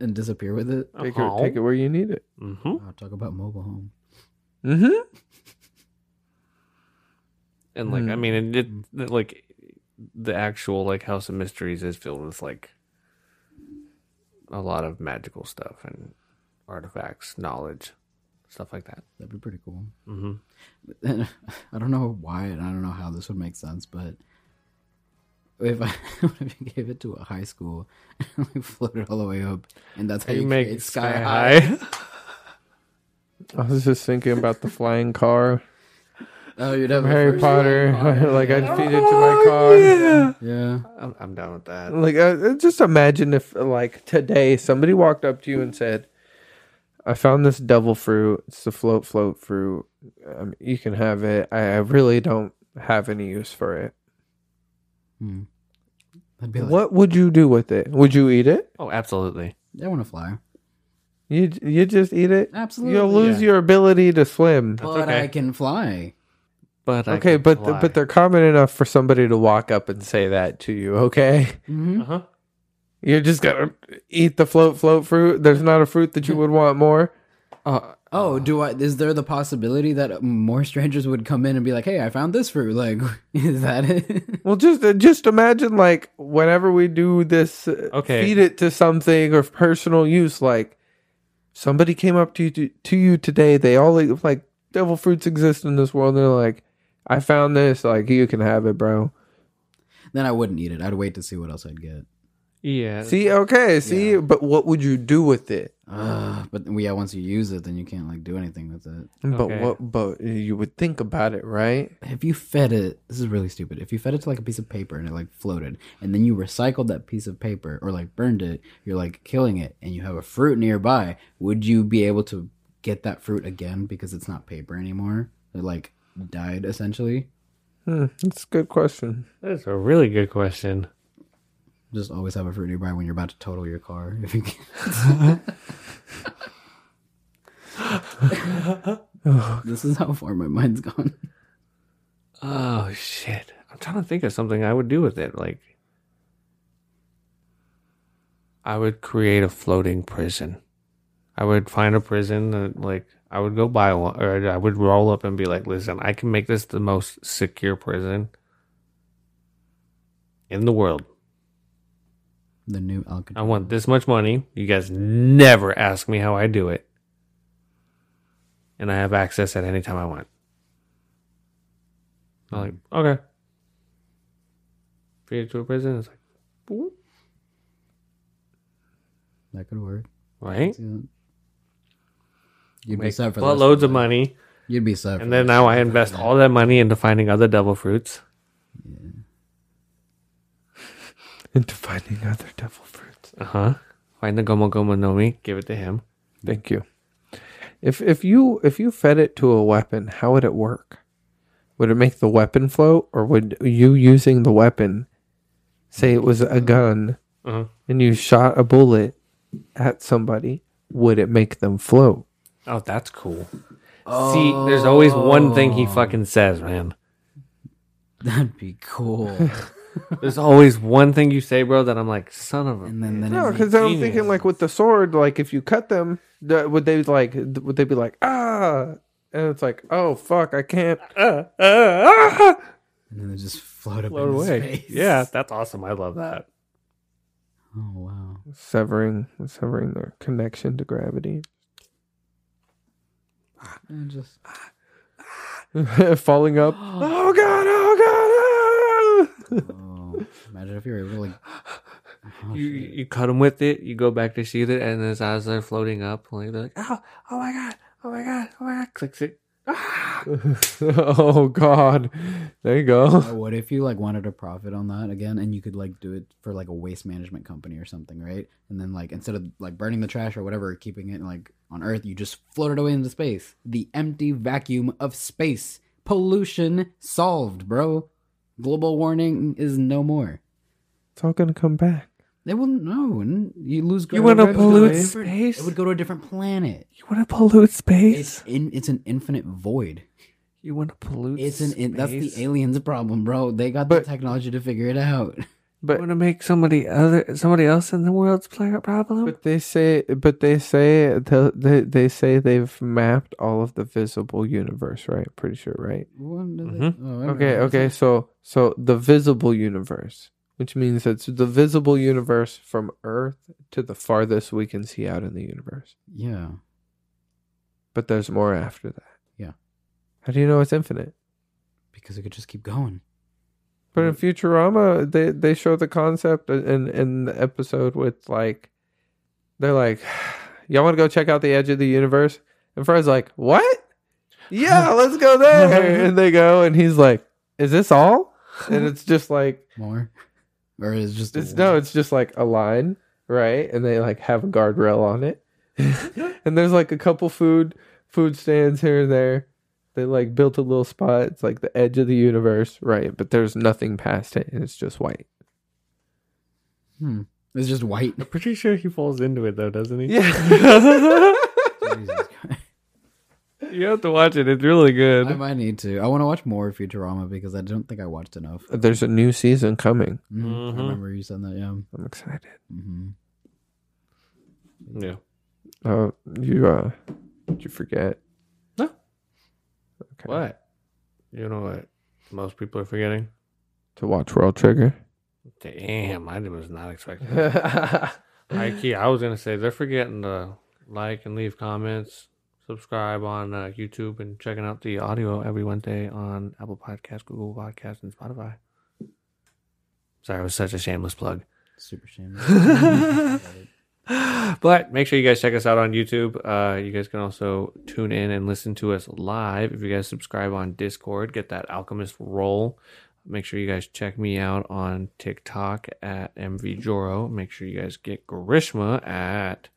[SPEAKER 3] And disappear with it.
[SPEAKER 1] Take
[SPEAKER 2] Uh-huh.
[SPEAKER 1] it, take it where you need it.
[SPEAKER 2] hmm
[SPEAKER 3] Wow, talk about mobile home.
[SPEAKER 1] Mm-hmm.
[SPEAKER 2] and like I mean, and it,
[SPEAKER 1] Mm.
[SPEAKER 2] it like the actual like House of Mysteries is filled with like a lot of magical stuff and artifacts, knowledge, stuff like that.
[SPEAKER 3] That'd be pretty cool.
[SPEAKER 2] Mm-hmm.
[SPEAKER 3] I don't know why, and I don't know how this would make sense, but if I if you gave it to a high school and we floated all the way up, and that's how you,
[SPEAKER 2] You make
[SPEAKER 3] create
[SPEAKER 2] it
[SPEAKER 3] sky,
[SPEAKER 2] sky
[SPEAKER 3] high.
[SPEAKER 2] high.
[SPEAKER 1] I was just thinking about the flying car.
[SPEAKER 3] Oh, you'd have a
[SPEAKER 1] Harry
[SPEAKER 3] first-
[SPEAKER 1] Potter. like I'd feed it to
[SPEAKER 2] Oh,
[SPEAKER 1] my car.
[SPEAKER 3] Yeah,
[SPEAKER 2] I'm, I'm down with that.
[SPEAKER 1] Like uh, just imagine if like today somebody walked up to you and said, "I found this devil fruit. It's the float float fruit. Um, you can have it. I, I really don't have any use for it."
[SPEAKER 3] Hmm. I'd be like,
[SPEAKER 1] What would you do with it? Would you eat it?
[SPEAKER 2] Oh, absolutely.
[SPEAKER 3] I want to fly.
[SPEAKER 1] You you just eat it.
[SPEAKER 3] Absolutely,
[SPEAKER 1] You'll lose your ability to swim.
[SPEAKER 3] But
[SPEAKER 2] okay.
[SPEAKER 3] I can fly.
[SPEAKER 2] But I
[SPEAKER 1] okay,
[SPEAKER 2] could
[SPEAKER 1] but
[SPEAKER 2] fly.
[SPEAKER 1] but they're common enough for somebody to walk up and say that to you. Okay,
[SPEAKER 3] hmm
[SPEAKER 2] uh-huh.
[SPEAKER 1] you're just gonna eat the float float fruit. There's not a fruit that you would want more.
[SPEAKER 2] Uh,
[SPEAKER 3] Oh, do I? Is there the possibility that more strangers would come in and be like, "Hey, I found this fruit." Like, is that it?
[SPEAKER 1] Well, just uh, just imagine like whenever we do this, uh,
[SPEAKER 2] Okay.
[SPEAKER 1] feed it to something or personal use. Like somebody came up to you to, to you today. They all like, like devil fruits exist in this world. And they're like, I found this. Like you can have it, bro.
[SPEAKER 3] Then I wouldn't eat it. I'd wait to see what else I'd get.
[SPEAKER 2] Yeah.
[SPEAKER 1] See, okay, see, but what would you do with it?
[SPEAKER 3] Uh, but then- yeah, once you use it, then you can't like do anything with it.
[SPEAKER 1] But
[SPEAKER 2] Okay.
[SPEAKER 1] what? But you would think about it, right?
[SPEAKER 3] If you fed it, this is really stupid. If you fed it to like a piece of paper and it like floated, and then you recycled that piece of paper or like burned it, you're like killing it, and you have a fruit nearby. Would you be able to get that fruit again because it's not paper anymore? It like died essentially.
[SPEAKER 1] Hmm, that's a good question.
[SPEAKER 2] That's a really good question.
[SPEAKER 3] Just always have a fruit nearby when you're about to total your car. If you can. this is how far my mind's gone.
[SPEAKER 2] Oh shit! I'm trying to think of something I would do with it. Like, I would create a floating prison. I would find a prison that, like, I would go buy one, or I would roll up and be like, "Listen, I can make this the most secure prison in the world.
[SPEAKER 3] The new
[SPEAKER 2] I
[SPEAKER 3] Alcatraz.
[SPEAKER 2] want this much money. You guys never ask me how I do it, and I have access at any time I want." I'm like, okay. Feed it to a prison. It's like, boop,
[SPEAKER 3] That could work.
[SPEAKER 2] right?
[SPEAKER 3] Yeah. You'd be
[SPEAKER 2] Make
[SPEAKER 3] set for the rest
[SPEAKER 2] buttloads
[SPEAKER 3] the
[SPEAKER 2] of
[SPEAKER 3] night.
[SPEAKER 2] money,
[SPEAKER 3] You'd be set. for
[SPEAKER 2] and then
[SPEAKER 3] the-
[SPEAKER 2] now I invest all that money into finding other devil fruits.
[SPEAKER 1] Into finding other devil fruits.
[SPEAKER 2] Uh huh. Find the Gomo Gomo Nomi, give it to him.
[SPEAKER 1] Thank you. If if you if you fed it to a weapon, how would it work? Would it make the weapon float, or would you using the weapon, say it was a gun,
[SPEAKER 2] Uh-huh.
[SPEAKER 1] and you shot a bullet at somebody, would it make them float?
[SPEAKER 2] Oh, that's cool. See, there's always one thing
[SPEAKER 3] Oh.
[SPEAKER 2] he fucking says, man.
[SPEAKER 3] That'd be cool.
[SPEAKER 2] There's always one thing you say, bro, that I'm like, son of a.
[SPEAKER 3] and then then
[SPEAKER 1] No,
[SPEAKER 3] it'd be-
[SPEAKER 1] because I'm
[SPEAKER 2] genius.
[SPEAKER 1] thinking like with the sword, like if you cut them, th- would they like th- would they be like ah? And it's like oh fuck, I can't. Uh, uh, ah!
[SPEAKER 3] and then they just float up
[SPEAKER 2] Blown
[SPEAKER 3] in
[SPEAKER 2] away.
[SPEAKER 3] space.
[SPEAKER 2] Yeah, that's awesome. I love that.
[SPEAKER 3] Oh wow.
[SPEAKER 1] Severing severing their connection to gravity,
[SPEAKER 3] And just
[SPEAKER 1] falling up. oh god! Oh god! ah!
[SPEAKER 3] oh, imagine if you were able to like. Oh,
[SPEAKER 2] You
[SPEAKER 3] shit.
[SPEAKER 2] you cut him with it. You go back to shoot it, and his eyes are floating up. Like they're like, oh, oh my god, oh my god, oh my god. Clicks it. Ah!
[SPEAKER 1] oh god! There you go.
[SPEAKER 3] Or what if you like wanted to profit on that again and you could like do it for like a waste management company or something, right? And then like instead of like burning the trash or whatever, keeping it like on Earth, you just float it away into space. The empty vacuum of space. Pollution solved, bro. Global warning is no more.
[SPEAKER 1] It's all gonna come back.
[SPEAKER 3] They will no. n- You lose.
[SPEAKER 2] You
[SPEAKER 3] gravity, it would
[SPEAKER 2] wanna
[SPEAKER 3] go to a
[SPEAKER 2] pollute
[SPEAKER 3] different-
[SPEAKER 2] space?
[SPEAKER 3] It would go to a different planet.
[SPEAKER 2] You want to pollute space?
[SPEAKER 3] It's in. It's an infinite void.
[SPEAKER 2] you want to pollute?
[SPEAKER 3] It's an. In, that's the
[SPEAKER 2] space?
[SPEAKER 3] aliens' problem, bro. They got
[SPEAKER 1] But-
[SPEAKER 3] the technology to figure it out.
[SPEAKER 2] You want to make somebody other somebody else in the world's planet problem?
[SPEAKER 1] But they say, but they say, th- they they say they've mapped all of the visible universe, right? Pretty sure, right?
[SPEAKER 3] When did they- oh, I
[SPEAKER 2] Mhm.
[SPEAKER 1] Mm-hmm. Okay,
[SPEAKER 3] remember.
[SPEAKER 1] okay. So, so the visible universe, which means it's the visible universe from Earth to the farthest we can see out in the universe.
[SPEAKER 3] Yeah.
[SPEAKER 1] But there's more after that.
[SPEAKER 3] Yeah.
[SPEAKER 1] How do you know it's infinite?
[SPEAKER 3] because it could just keep going.
[SPEAKER 1] But in Futurama, they they show the concept in in the episode with like, they're like, y'all want to go check out the edge of the universe? And Fred's like, what? Yeah, let's go there. and they go, and he's like, is this all? And it's just like,
[SPEAKER 3] More, or it's just
[SPEAKER 1] it's no, it's just like a line, right? And they like have a guardrail on it. and there's like a couple food food stands here and there. They like built a little spot. It's like the edge of the universe, right? But there's nothing past it, and it's just white.
[SPEAKER 3] Hmm. It's just white.
[SPEAKER 2] I'm pretty sure he falls into it though, doesn't he?
[SPEAKER 1] Yeah.
[SPEAKER 3] Jesus Christ.
[SPEAKER 2] you have to watch it. It's really good.
[SPEAKER 3] I might need to. I want to watch more Futurama because I don't think I watched enough.
[SPEAKER 1] there's a new season coming.
[SPEAKER 3] Mhm.
[SPEAKER 2] Mhm.
[SPEAKER 3] I remember you said that. Yeah.
[SPEAKER 1] I'm excited.
[SPEAKER 3] hmm
[SPEAKER 2] yeah.
[SPEAKER 1] Oh, you uh, did you forget?
[SPEAKER 2] No.
[SPEAKER 1] Okay.
[SPEAKER 2] What? You know what? Most people are forgetting.
[SPEAKER 1] To watch World Trigger.
[SPEAKER 2] Damn, I was not expecting. that. Hi, Key. I was gonna say they're forgetting to like and leave comments, subscribe on uh, YouTube, and checking out the audio every Wednesday on Apple Podcast, Google Podcast, and Spotify. Sorry, it was such a shameless plug.
[SPEAKER 3] Super shameless.
[SPEAKER 2] But make sure you guys check us out on YouTube. Uh, you guys can also tune in and listen to us live. If you guys subscribe on Discord, get that Alchemist roll. Make sure you guys check me out on TikTok at MVJoro. Make sure you guys get Grishma at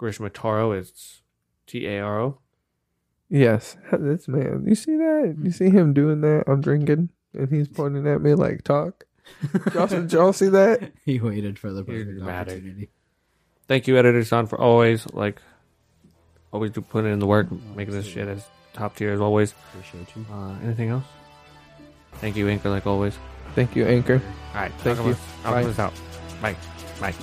[SPEAKER 2] Grishma Taro. It's T A R O.
[SPEAKER 1] Yes, this man. You see that? You see him doing that? I'm drinking, and he's pointing at me like, "Talk." Y'all, did y'all see that?
[SPEAKER 3] he waited for the
[SPEAKER 2] You're
[SPEAKER 3] perfect
[SPEAKER 2] dramatic.
[SPEAKER 3] opportunity.
[SPEAKER 2] Thank you, Editor Son, for always like always do putting in the work, making this shit as top tier as always.
[SPEAKER 3] Appreciate you.
[SPEAKER 2] Uh, anything else? Thank you, Anchor, like always.
[SPEAKER 1] Thank you, anchor.
[SPEAKER 2] All right.
[SPEAKER 1] Thank
[SPEAKER 2] Thank
[SPEAKER 1] you.
[SPEAKER 2] you.
[SPEAKER 1] Bye.
[SPEAKER 2] Alchemist out. Bye. Bye.